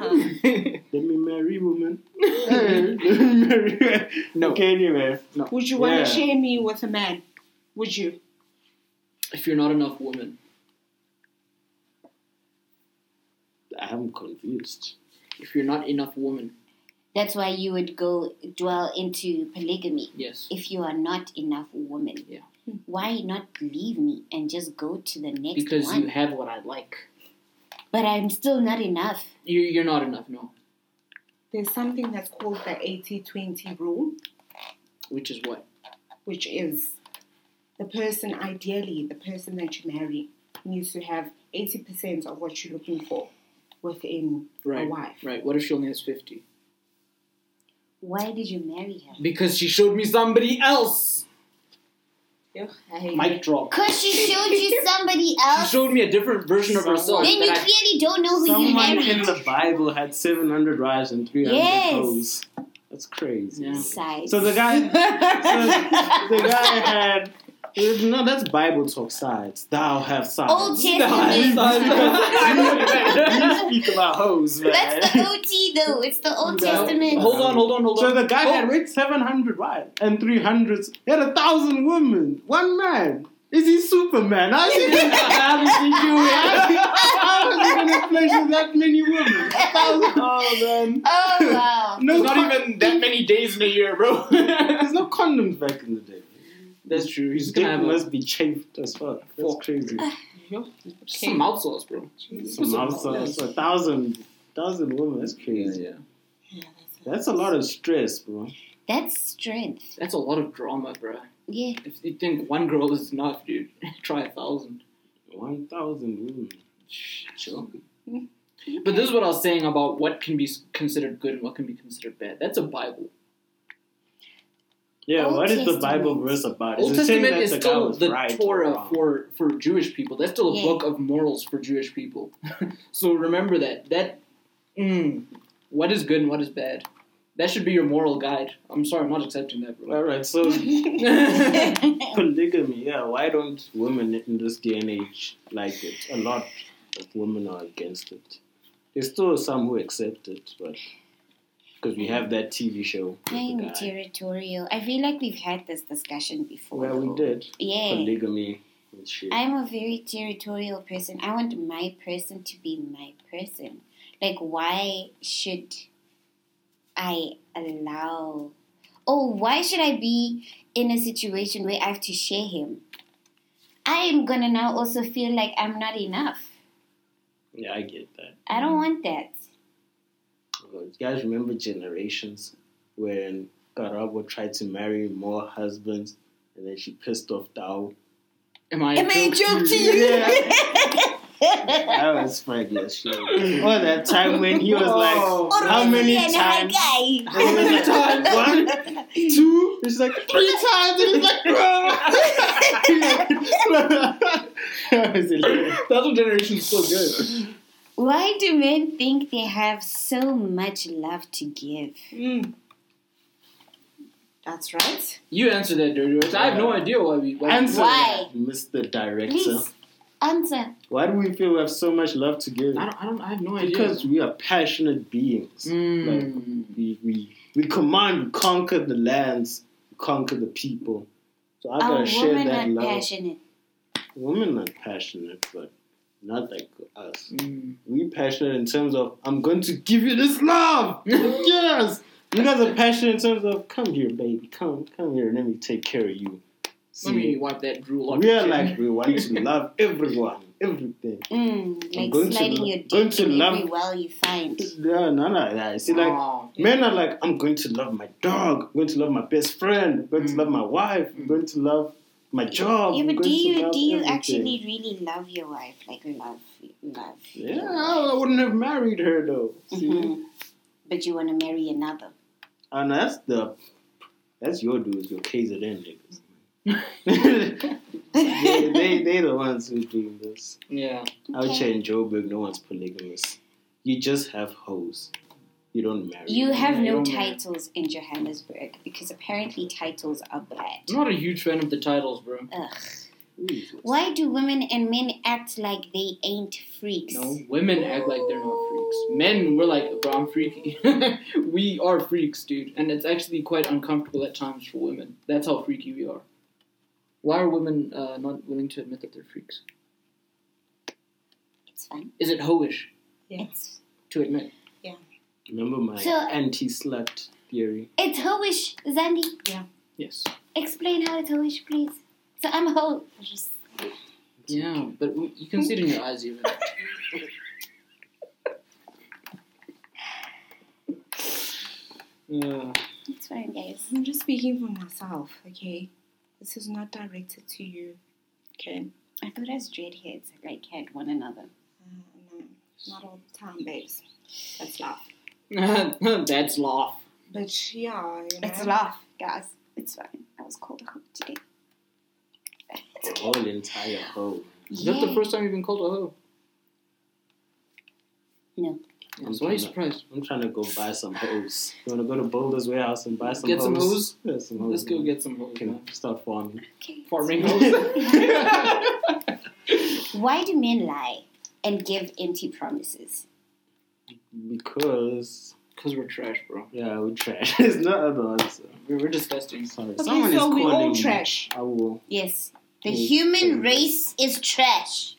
S3: Let me marry, woman. Hey, let me marry.
S2: No.
S3: Okay, anyway.
S4: Would you want to
S3: Yeah.
S4: share me with a man? Would you?
S2: if you're not enough woman,
S3: I'm confused.
S2: if you're not enough woman,
S1: That's why you would go dwell into polygamy
S2: Yes.
S1: if you are not enough woman.
S2: Yeah.
S1: Why not leave me and just go to the next
S2: Because
S1: one?
S2: you have what I like.
S1: but I'm still not enough.
S2: You, you're not enough, no.
S4: There's something that's called the 80 20 rule,
S2: Which is what?
S4: which is the person, ideally, the person that you marry needs to have 80% of what you're looking for within
S2: Right.
S4: a wife.
S2: Right. What if she only has 50?
S1: Why did you marry her?
S2: Because she showed me somebody else.
S4: Yeah, I hate
S3: Mic drop.
S1: Cause she showed you somebody
S2: She
S1: else.
S2: showed me a different version of herself.
S1: Then you
S2: that I-
S1: clearly don't know who you
S3: Someone
S1: married.
S3: in the Bible had 700 wives and 300
S1: Yes.
S3: hoes. That's crazy.
S2: Yeah.
S1: Size.
S3: So the guy, so the guy had. No, that's Bible talk sides. Thou have sides.
S1: Old
S3: Thou have sides.
S1: Testament.
S3: you speak about hoes, man.
S1: That's the OT though. It's the Old
S2: No.
S1: Testament.
S2: Hold on, hold on, hold on.
S3: So the guy
S2: Oh,
S3: had raped 700 wives and 300. He had a thousand women. One man. Is he Superman? How is he going to How is he going to flesh with that many women? A thousand. Oh, man.
S1: Oh wow.
S3: No,
S8: There's not even that many days in a year, bro.
S3: There's no condoms back in the day.
S2: That's true. He's
S3: His
S2: gonna
S3: dick
S2: have a
S3: must be chafed as fuck. That's
S2: Fuck.
S3: crazy.
S2: some mouth sauce, bro.
S3: Some mouse sauce, a thousand, thousand women. That's crazy. That's a lot of stress, bro.
S1: That's strength.
S2: That's a lot of drama, bro.
S1: Yeah.
S2: If you think one girl is enough, dude, try a thousand.
S3: One thousand women.
S2: Chill. But this is what I was saying about what can be s- considered good and what can be considered bad. That's a Bible.
S3: Yeah,
S1: Old
S3: what is the
S1: Testament.
S3: Bible verse about?
S2: Old
S3: it saying
S2: Testament
S3: that
S2: is
S3: the guy
S2: still
S3: was
S2: the
S3: right or
S2: Torah
S3: wrong?
S2: for, for Jewish people. That's still a
S1: Yeah.
S2: book of morals for Jewish people. so remember that. That mm, what is good and what is bad. That should be your moral guide. I'm sorry, I'm not accepting that, bro.
S3: All right, so polygamy. Yeah, why don't women in this day and age like it? A lot of women are against it. There's still some who accept it, but because we have that TV show. with the
S1: I'm
S3: guy.
S1: territorial. I feel like we've had this discussion before.
S3: Well, we
S1: though.
S3: did
S1: Yeah.
S3: polygamy and shit.
S1: I'm a very territorial person. I want my person to be my person. Like, why should I allow. Oh, why should I be in a situation where I have to share him? I am gonna now also feel like I'm not enough.
S3: Yeah, I get that.
S1: I don't want that.
S3: You guys remember generations when Karabo tried to marry more husbands and then she pissed off Dao?
S2: Am I? a
S1: Am I a
S2: joke?
S1: joke to you?
S3: That was funny as shit. Or that time when he was like, how many
S1: Yeah, no, my
S3: times?
S1: guy.
S3: How many times? One, two. It's like three times, and he's like, bro.
S2: That's what generation is so good.
S1: Why do men think they have so much love to give?
S4: Hmm. That's right.
S2: You answer that, Dirty Words. I have no idea why we. Why
S3: Answer,
S1: Why?
S3: Mr. Director.
S1: Please answer.
S3: Why do we feel we have so much love to give?
S2: I don't. I don't. I have no idea.
S3: Because we are passionate beings. Like,
S2: Mm.
S3: we, we, we command, we conquer the lands, we conquer the people. So I
S1: Our
S3: gotta share
S1: women
S3: that
S1: are
S3: love.
S1: passionate.
S3: Women are passionate, but not like us.
S2: Mm.
S3: We passionate in terms of I'm going to give you this love. yes, you guys are passionate in terms of come here, baby, come, come here, let me take care of you.
S2: Let me wipe that drool off.
S3: we
S2: your
S3: are
S2: chin.
S3: like we want to love everyone, everything.
S1: Mm, like
S3: going to
S1: sliding
S3: lo-
S1: your
S3: going
S1: dick
S3: to
S1: in
S3: love-
S1: every well you find.
S3: Yeah, no, no, no. See, like
S2: Aw.
S3: Men are like, I'm going to love my dog, I'm going to love my best friend, I'm going to love my wife, I'm going to love my job.
S1: Mm. Yeah,
S3: I'm
S1: but do
S3: going to
S1: you
S3: love
S1: do you
S3: everything."
S1: actually really love your wife? Like love, love.
S3: Yeah, I wouldn't have married her though. See?
S1: Mhm. But you want to marry another.
S3: And that's the that's your dudes, your KZN niggas. they, they they the ones who do this.
S2: Yeah.
S3: Out here in Joburg, no one's polygamous. You just have hoes. You don't marry.
S1: You have
S2: you
S1: no
S2: don't marry.
S1: titles in Johannesburg because apparently titles are bad.
S2: I'm not a huge fan of the titles, bro.
S1: Ugh.
S3: Jesus.
S1: Why do women and men act like they ain't freaks?
S2: No, women act like they're not freaks. Men, we're like, bro, I'm freaky. we are freaks, dude, and it's actually quite uncomfortable at times for women. That's how freaky we are. Why are women uh, not willing to admit that they're freaks?
S1: It's fine.
S2: Is it hoish
S4: Yeah.
S1: It's
S2: to admit?
S3: Remember my
S1: So-
S3: anti-slut theory?
S1: It's her wish, Zandi.
S2: Yes.
S1: Explain how it's her wish, please. So I'm ho. I just-
S2: Yeah, but w- you can see it in your eyes even. Uh,
S1: It's fine, guys.
S4: I'm just speaking for myself, okay? This is not directed to you, okay?
S1: I thought as dreadheads like had one another.
S4: Uh, no, not all the time, babes. That's love.
S2: that's laugh.
S4: But yeah, you know.
S1: It's laugh, guys. It's fine. I was called a hoe today.
S3: The whole entire whole.
S2: Is that the first time you've been called a hoe?
S1: No.
S2: Yeah, so why are you surprised?
S3: I'm trying to go buy some hose. You want to go to Boulder's Warehouse and buy some
S2: Get some
S3: hose? Yeah, some hose.
S2: Let's go
S3: man.
S2: get some hoes.
S3: Can start farming.
S1: Okay.
S2: Farming hoes.
S1: Why do men lie and give empty promises?
S3: Because,
S2: Because we're trash, bro.
S3: yeah, we trash. There's no other answer.
S2: We're, we're disgusting.
S3: Sorry.
S4: Okay,
S3: Someone
S4: so
S3: is
S4: we all
S3: calling me.
S4: trash.
S3: I will.
S1: Yes, the
S3: Yes.
S1: human race is trash.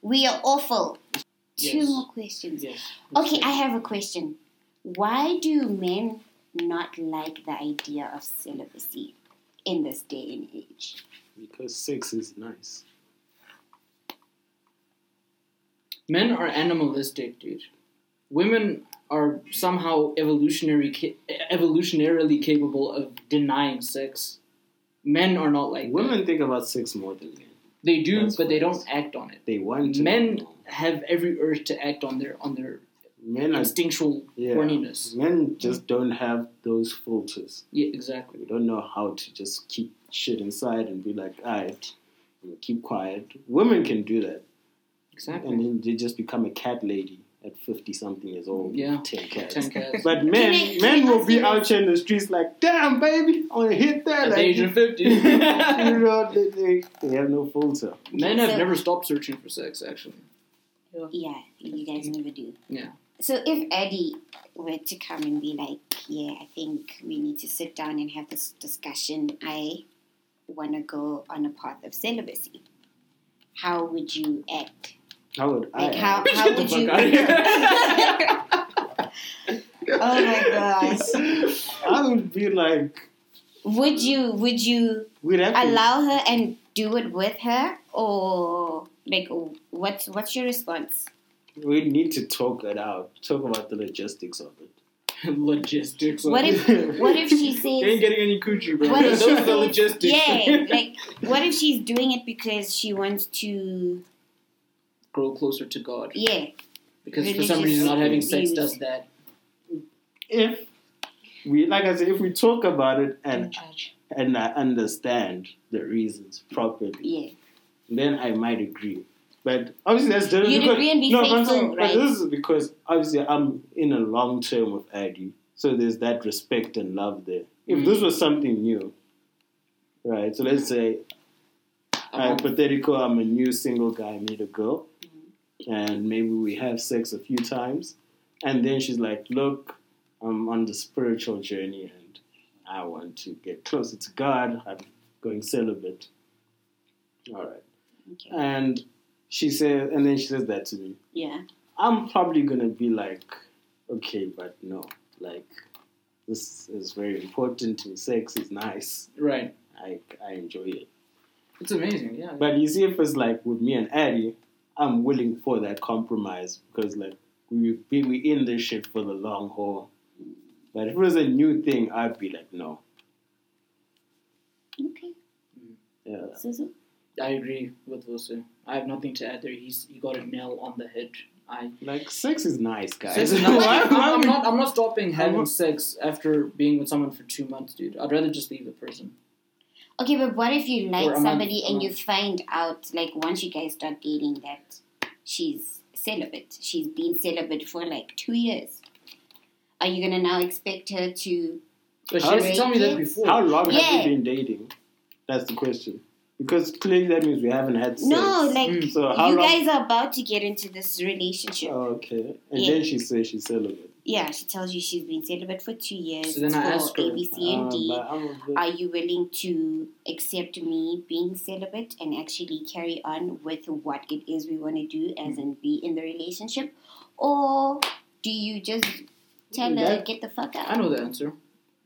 S1: We are awful. Two
S2: Yes.
S1: more questions.
S2: Yes.
S1: Okay, I have a question. Why do men not like the idea of celibacy in this day and age?
S3: Because sex is nice.
S2: Men are animalistic, dude. Women are somehow evolutionary, ca- evolutionarily capable of denying sex. Men are not like that.
S3: Women think about sex more than men.
S2: They do,
S3: That's
S2: but they
S3: facts.
S2: don't act on it.
S3: They want to.
S2: Men have every urge to act on their on their
S3: men are
S2: instinctual
S3: yeah.
S2: horniness.
S3: Men just don't have those filters.
S2: Yeah, exactly.
S3: We don't know how to just keep shit inside and be like, all right, we'll keep quiet. Women can do that.
S2: Exactly.
S3: And then they just become a cat lady at 50 something years old.
S2: Yeah.
S3: with 10 cats.
S2: Ten cats.
S3: But
S1: Can
S3: men,
S1: I- can
S3: men
S1: I
S3: will
S1: ask
S3: be
S1: you
S3: out
S1: this?
S3: here in the streets like, damn, baby, I want to hit that.
S2: At the
S3: Like,
S2: age of fifty,
S3: you know, they, they, they have no filter.
S2: men have
S1: So-
S2: never stopped searching for sex. Actually,
S1: Yeah, you guys never do.
S2: Yeah.
S1: So if Eddie were to come and be like, yeah, I think we need to sit down and have this discussion. I want to go on a path of celibacy. How would you act?
S3: How would I?
S1: Like how,
S3: act?
S1: how would you? oh my gosh!
S3: I would be like,
S1: Would you would you
S3: we'd have to
S1: allow her and do it with her, or like what's what's your response?
S3: We need to talk it out. Talk about the logistics of it.
S2: logistics.
S1: What if what if she
S2: you ain't
S1: says?
S2: getting any coochie, bro?
S1: What if
S2: Those
S1: she
S2: are the
S1: says-
S2: logistics.
S1: Yeah, like what if she's doing it because she wants to?
S2: grow closer to God.
S1: Yeah,
S2: Because for some
S1: Religious
S2: reason, not having sex
S1: views.
S2: does that.
S3: If we, like I said, if we talk about it and
S4: judge.
S3: and I understand the reasons properly,
S1: yeah.
S3: then I might agree. But obviously, that's different.
S1: You'd
S3: because,
S1: agree and be
S3: no, but I'm
S1: faithful,
S3: saying- but
S1: right?
S3: this is because obviously I'm in a long term with Adi, so there's that respect and love there. If this
S1: Mm.
S3: was something new, right? So let's say hypothetical, I'm a new single guy, I meet a girl,
S1: Mm.
S3: and maybe we have sex a few times, and then she's like, Look, I'm on the spiritual journey and I want to get closer to God, I'm going celibate. All right.
S1: Okay.
S3: And she says, and then she says that to me.
S1: Yeah.
S3: I'm probably gonna be like, okay, but no, like, this is very important to me. Sex is nice.
S2: Right.
S3: I, I enjoy it.
S2: It's amazing, yeah.
S3: But you see, if it's like with me and Addie, I'm willing for that compromise because like we we we in this shit for the long haul. But if it was a new thing, I'd be like, no,
S1: Okay.
S3: yeah,
S1: Suzu?
S2: I agree with Wilson. I have nothing to add there. He's he got a nail on the head. I
S3: like sex is nice, guys.
S2: sex is not,
S3: Why-
S2: I'm,
S3: why
S2: I'm
S3: would-
S2: not I'm not stopping having
S3: not-
S2: sex after being with someone for two months, dude. I'd rather just leave the person.
S1: Okay, but what if you like
S2: Or a month,
S1: somebody
S2: a
S1: and you
S2: month.
S1: find out, like, once you guys start dating, that she's celibate? She's been celibate for like two years. Are you gonna now expect her to?
S2: But she
S3: How-
S2: has to tell me that
S1: Kids?
S2: before.
S3: How long
S1: Yeah.
S3: have we been dating? That's the question. Because clearly that means we haven't had sex.
S1: No, like,
S2: Mm.
S3: so how
S1: you
S3: long?
S1: guys are about to get into this relationship.
S3: Oh, okay, and
S1: Yeah.
S3: then she says she's celibate.
S1: Yeah, she tells you she's been celibate for two years.
S2: So then I
S1: for
S2: ask her, um,
S1: A, B, C, and
S3: Uh,
S1: D.
S3: but I'm a bit-
S1: Are you willing to accept me being celibate and actually carry on with what it is we want to do, as in be in the relationship? Or do you just Tell her,
S3: That-
S1: get the fuck
S2: I
S1: out.
S2: know the answer.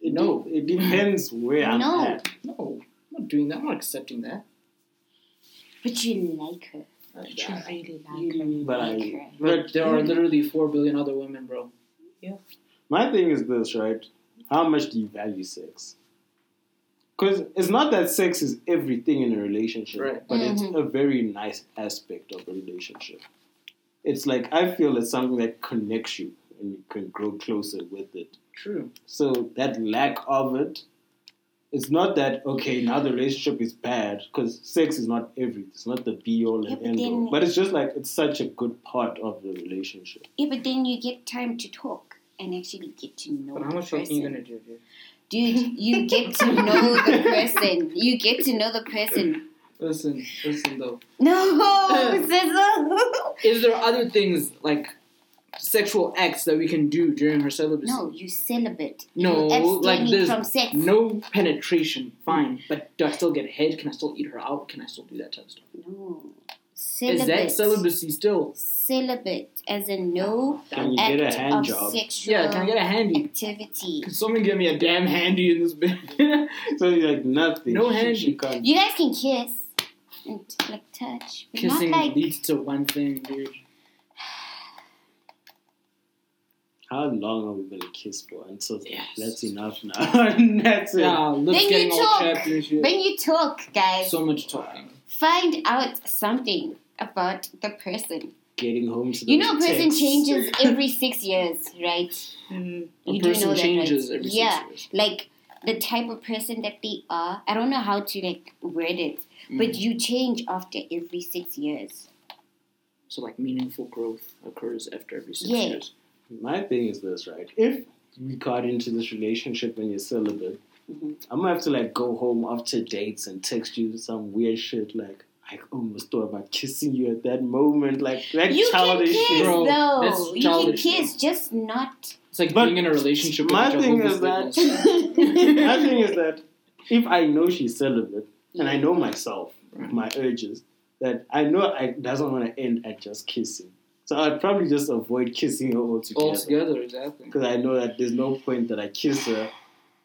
S3: It
S2: No.
S3: de- it depends where I'm
S1: No.
S3: at.
S2: No, I'm not doing that. I'm not accepting that.
S1: But you like her.
S4: But you really like her.
S3: You- But
S1: Like
S3: I,
S1: her.
S2: But there are literally four billion other women, bro.
S3: my thing is this, right? How much do you value sex? Because it's not that sex is everything in a relationship,
S2: Right.
S3: but it's
S1: Mm-hmm.
S3: a very nice aspect of a relationship. It's like I feel it's something that connects you and you can grow closer with it.
S2: True.
S3: So that lack of it, it's not that okay now the relationship is bad because sex is not everything. It's not the be all and
S1: Yeah, but
S3: end all.
S1: then-
S3: But it's just like it's such a good part of the relationship.
S1: Yeah, but then you get time to talk and actually get to know
S2: But how
S1: the
S2: much fucking
S1: person.
S2: you gonna do, dude?
S1: Dude, you get to know the person. You get to know the person.
S2: Listen, listen though.
S1: No, Sizzle.
S2: Is there other things like sexual acts that we can do during her celibacy?
S1: No, you celibate. You're
S2: No, like
S1: abstaining
S2: there's
S1: from sex.
S2: no penetration. Fine, but do I still get head? Can I still eat her out? Can I still do that type of stuff?
S1: No.
S2: Is
S1: Celibate.
S2: that celibacy still?
S1: Celibate, as in no
S3: Can you
S1: act
S3: get a hand
S1: of
S3: job?
S1: sexual
S2: Yeah, can I get a handy?
S1: activity.
S2: Can someone give me a damn handy in this bed?
S3: So you're like nothing.
S2: No
S3: She- she
S2: handy.
S3: can't-
S1: You guys can kiss and like touch, but
S2: Kissing
S1: not like
S2: leads to one thing, dude.
S3: How long are we gonna kiss for until
S2: Yes.
S3: that's enough now? that's it.
S2: Yeah, lips
S1: Then you
S2: getting all
S1: talk.
S2: chapped and shit.
S1: when you talk, guys.
S2: So much talking.
S1: find out something about the person.
S3: Getting home to
S1: You
S3: those
S1: know, a person
S3: texts.
S1: changes every six years, right?
S4: Mm.
S2: A
S1: you do
S2: person
S1: know that,
S2: changes
S1: right?
S2: every six
S1: yeah,
S2: years.
S1: like the type of person that they are. I don't know how to like word it, but
S2: Mm.
S1: you change after every six years.
S2: So like meaningful growth occurs after every six
S1: Yeah.
S2: years.
S3: My thing is this, right? If we got into this relationship and you're celibate,
S1: Mm-hmm.
S3: I'm gonna have to like go home after dates and text you some weird shit like I almost thought about kissing you at that moment, like that
S1: You can
S3: childish
S1: kiss
S3: shit.
S2: Bro, that's
S1: though. You can
S2: childish,
S1: kiss, just not.
S2: It's like
S3: But
S2: being in a relationship.
S3: my
S2: with a
S3: thing
S2: Jehovah's
S3: is
S2: Witness.
S3: that- My thing is that if I know she's celibate and I know myself, my urges, that I know I doesn't want to end at just kissing. So I'd probably just avoid kissing her altogether.
S2: altogether, exactly.
S3: Because I know that there's no point that I kiss her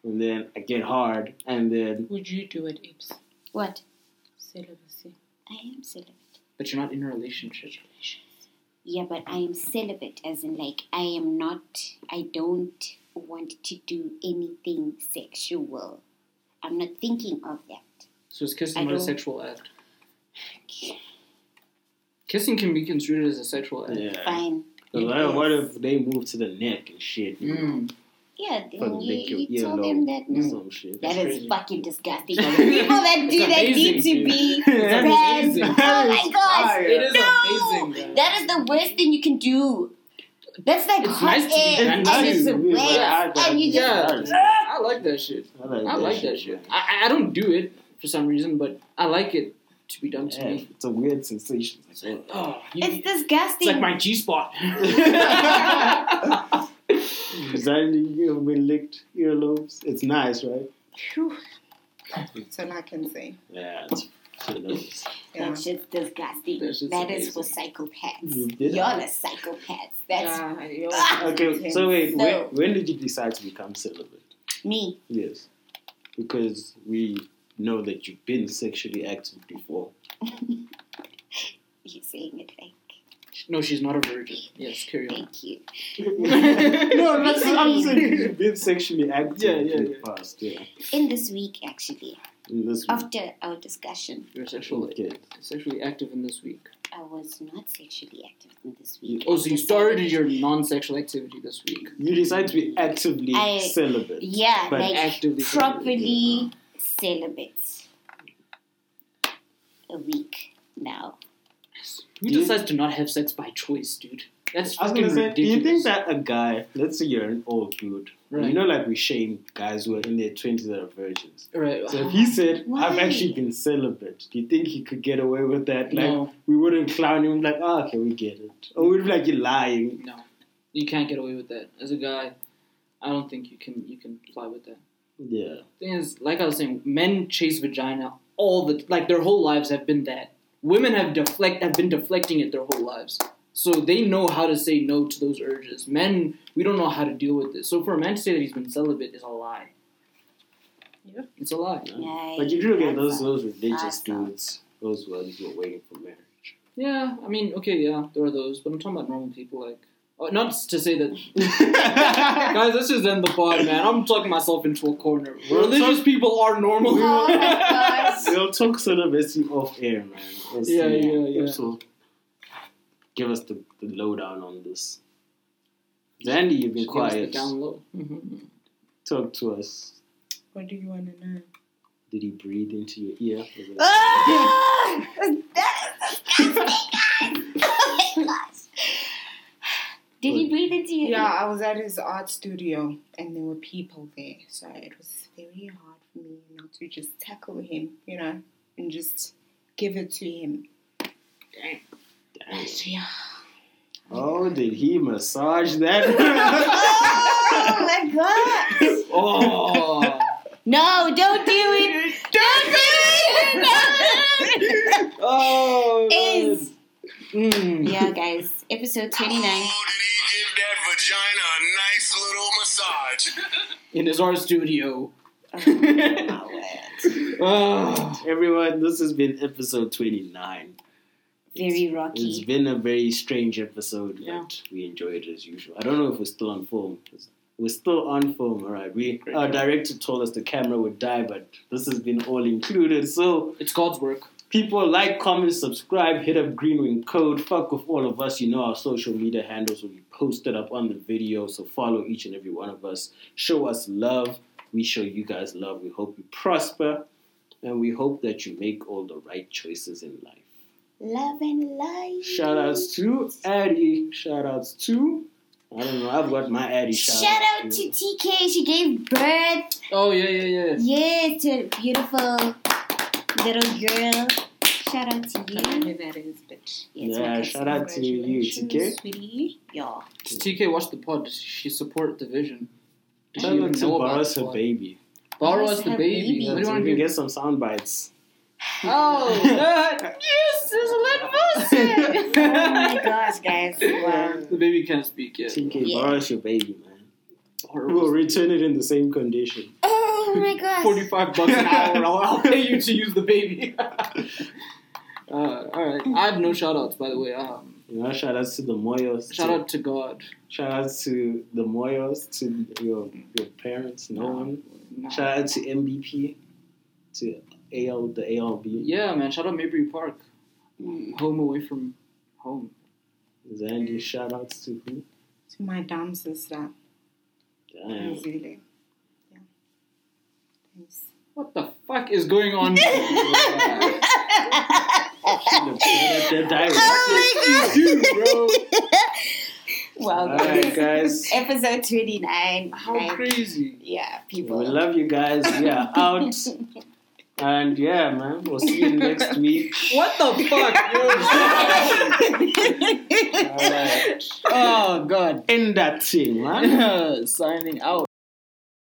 S3: and then I get hard and then
S4: Would you do it, Ibs?
S1: What?
S4: Celibacy.
S1: I am celibate.
S2: But you're not in a relationship.
S1: Yeah, but I am celibate, as in like I am not. I don't want to do anything sexual. I'm not thinking of that.
S2: So is kissing
S1: I
S2: not a
S1: don't-
S2: sexual act? Kissing can be construed as a sexual act.
S3: yeah.
S1: Fine.
S3: Because what, if- what if they move to the neck and shit?
S2: Mm.
S1: Yeah,
S3: Fucking
S1: then
S3: lick
S1: you, you
S3: your
S1: tell
S3: earlobe
S1: them that
S3: or
S1: no.
S3: some shit.
S1: That
S2: That's
S1: is
S2: crazy.
S1: fucking disgusting. The people that do
S2: It's
S1: that need
S2: amazing,
S1: to
S2: dude.
S1: be
S2: It's
S1: banned.
S2: amazing.
S1: Oh my gosh.
S2: It is
S1: no!
S2: amazing, man.
S1: That is the worst thing you can do. That's like
S2: It's
S1: hot
S2: nice to be
S1: air
S2: banned.
S1: and
S2: Nice
S1: it's
S3: to be
S1: wet
S3: banned.
S1: and you just
S2: Yeah,
S3: Nice.
S2: I like that shit.
S3: I like,
S2: I like that shit. I, I- I don't do it for some reason, but I like it to be done to
S3: Yeah,
S2: me.
S3: it's a weird sensation. It's like, oh,
S2: Oh, you-
S1: It's
S2: it's
S1: disgusting.
S2: like my G spot.
S3: is that you have been licked earlobes? It's nice, right?
S4: Phew. That's all I can say.
S3: Yeah, it's earlobes.
S4: Yeah.
S1: That shit's disgusting.
S2: That shit's
S1: That is for
S2: amazing.
S3: You
S1: psychopaths.
S3: did.
S1: You all are psychopaths. That's
S4: Yeah, you're-
S3: Okay, so wait,
S1: No.
S3: when, when did you decide to become celibate?
S1: me.
S3: Yes, because we know that you've been sexually active before.
S1: You're saying it like,
S2: no, she's not a virgin. Yes, carry on.
S1: thank you.
S3: no, I'm not saying- I'm
S1: Recently.
S3: saying you've been sexually active
S2: Yeah, yeah,
S3: in the
S2: yeah.
S3: past. Yeah,
S1: In this week, actually,
S3: in this week.
S1: after our discussion,
S2: You're sexually
S3: Okay.
S2: sexually active in this week.
S1: I was not sexually active in this week.
S2: Oh, so you started your non-sexual activity this week.
S3: You decide to be actively
S1: I-
S3: celibate.
S1: Yeah,
S3: But
S1: like
S2: actively
S1: properly celibate. A week now.
S2: Who
S3: Do you-
S2: decides to not have sex by choice, dude? That's
S3: I was
S2: fucking
S3: gonna say,
S2: ridiculous.
S3: do you think that a guy, let's say you're an old dude,
S2: Right.
S3: you know, like we shame guys who are in their 20s that are virgins.
S2: Right.
S3: So if he said, I've
S1: Why?
S3: actually been celibate, do you think he could get away with that? Like,
S2: No.
S3: we wouldn't clown him, like, oh, okay, we get it. Or we'd be like, you're lying.
S2: No, you can't get away with that. As a guy, I don't think you can you can fly with that.
S3: Yeah.
S2: Thing is, like I was saying, men chase vagina all the like their whole lives have been that. Women have deflect have been deflecting it their whole lives. So they know how to say no to those urges. Men, we don't know how to deal with this. So for a man to say that he's been celibate is a lie.
S4: Yep.
S2: It's a lie.
S1: Yay,
S3: Mm. But you do get those
S1: that's a-
S3: those religious
S1: awesome.
S3: dudes, those ones who are waiting for marriage.
S2: Yeah, I mean, okay, yeah, there are those, but I'm talking about normal people, like. uh, Not to say that, guys. Let's just end the pod, man. I'm talking myself into a corner.
S3: We're
S2: Religious people are normal.
S1: Oh my gosh.
S3: we'll talk celibacy off air, man. We'll
S2: Yeah,
S3: see.
S2: yeah, yeah.
S3: Perhaps we'll give us the, the lowdown on this. Randy, you've been
S2: Give us the
S3: quiet.
S2: Down low. Mhm.
S3: Talk to us.
S4: What do you want to know?
S3: Did he breathe into your ear? Was it-
S1: Ah! that is disgusting, guys. Oh my gosh. Did he breathe into you?
S4: Yeah, I was at his art studio and there were people there, so it was very hard for me not to just tackle him, you know, and just give it to him. But yeah.
S3: Oh, did he massage that?
S1: Oh my gosh.
S2: Oh,
S1: No, don't do it. Don't do it.
S2: oh,
S1: No. Is
S2: Mm.
S1: yeah, guys. Episode twenty nine.
S9: give that vagina a nice little massage.
S2: in his art studio.
S1: Oh,
S2: Ah.
S3: Everyone, this has been episode 29.
S1: Very
S3: It's
S1: rocky.
S3: been a very strange episode, but
S2: Yeah.
S3: we enjoyed it as usual. I don't know if we're still on film. We're still on film, all right. We our director told us the camera would die, but this has been all included. So
S2: It's God's work.
S3: people like, comment, subscribe, hit up Greenwing Code. Fuck with all of us. You know our social media handles will be posted up on the video, so follow each and every one of us. Show us love. We show you guys love. We hope you prosper, and we hope that you make all the right choices in life.
S1: Love and life.
S3: Shout outs to Addie. Shout outs to. I don't know. I've got my Addie shout,
S1: Shout out to TK. She gave birth.
S2: Oh yeah, yeah, yeah.
S1: Yeah, to a beautiful little girl. Shout out to
S4: I don't know
S1: you.
S4: who that is, but
S1: Yes,
S3: Yeah,
S1: okay.
S3: shout out to you, TK.
S4: congratulations, sweetie.
S1: y'all.
S2: Does TK watch the pod? Does she support the vision? Does she
S3: Shout
S2: even
S3: out to
S2: know about
S3: Boris
S2: the
S3: her
S2: pod?
S3: baby.
S2: Borrow
S1: Boris
S2: us the
S1: her
S2: baby.
S1: baby.
S3: Yeah,
S2: What do you
S3: so
S2: want
S3: we
S2: to
S3: can
S2: do?
S3: get some sound bites.
S2: Oh, that-
S1: Oh my gosh, guys. Wow.
S2: the baby can't speak yet.
S3: TK,
S1: Yeah.
S3: Boris your baby, man. We'll
S2: Borrow us.
S3: return it in the same condition.
S1: Oh my gosh.
S2: Forty-five bucks an hour. I'll, I'll pay you to use the baby. uh, all right. I have no shout-outs, by the way. Um,
S3: You know, shout outs to the Moyos.
S2: shout
S3: to,
S2: out to God.
S3: Shout outs to the Moyos, to your your parents, no one.
S2: Nah.
S3: Shout out to MVP, to AL, the ALB.
S2: Yeah, man. Shout out Mayberry Park. Mm, Home away from home.
S3: Zandy, shout outs to who?
S4: To my dumb sister in
S3: Damn.
S4: New Zealand. Yeah. Thanks.
S2: What the fuck is going on?
S3: They're direct.
S1: Oh my
S2: Dude, bro.
S1: gosh. Wow,
S3: All
S1: guys.
S3: right, guys.
S1: Episode 29.
S2: How
S1: Like,
S2: crazy.
S1: yeah,
S3: We
S1: people.
S3: love you guys. We are out. And yeah, man, we'll see you next week.
S2: What the fuck, yo?
S3: All right.
S2: oh, God.
S3: End that thing, man.
S2: Signing out.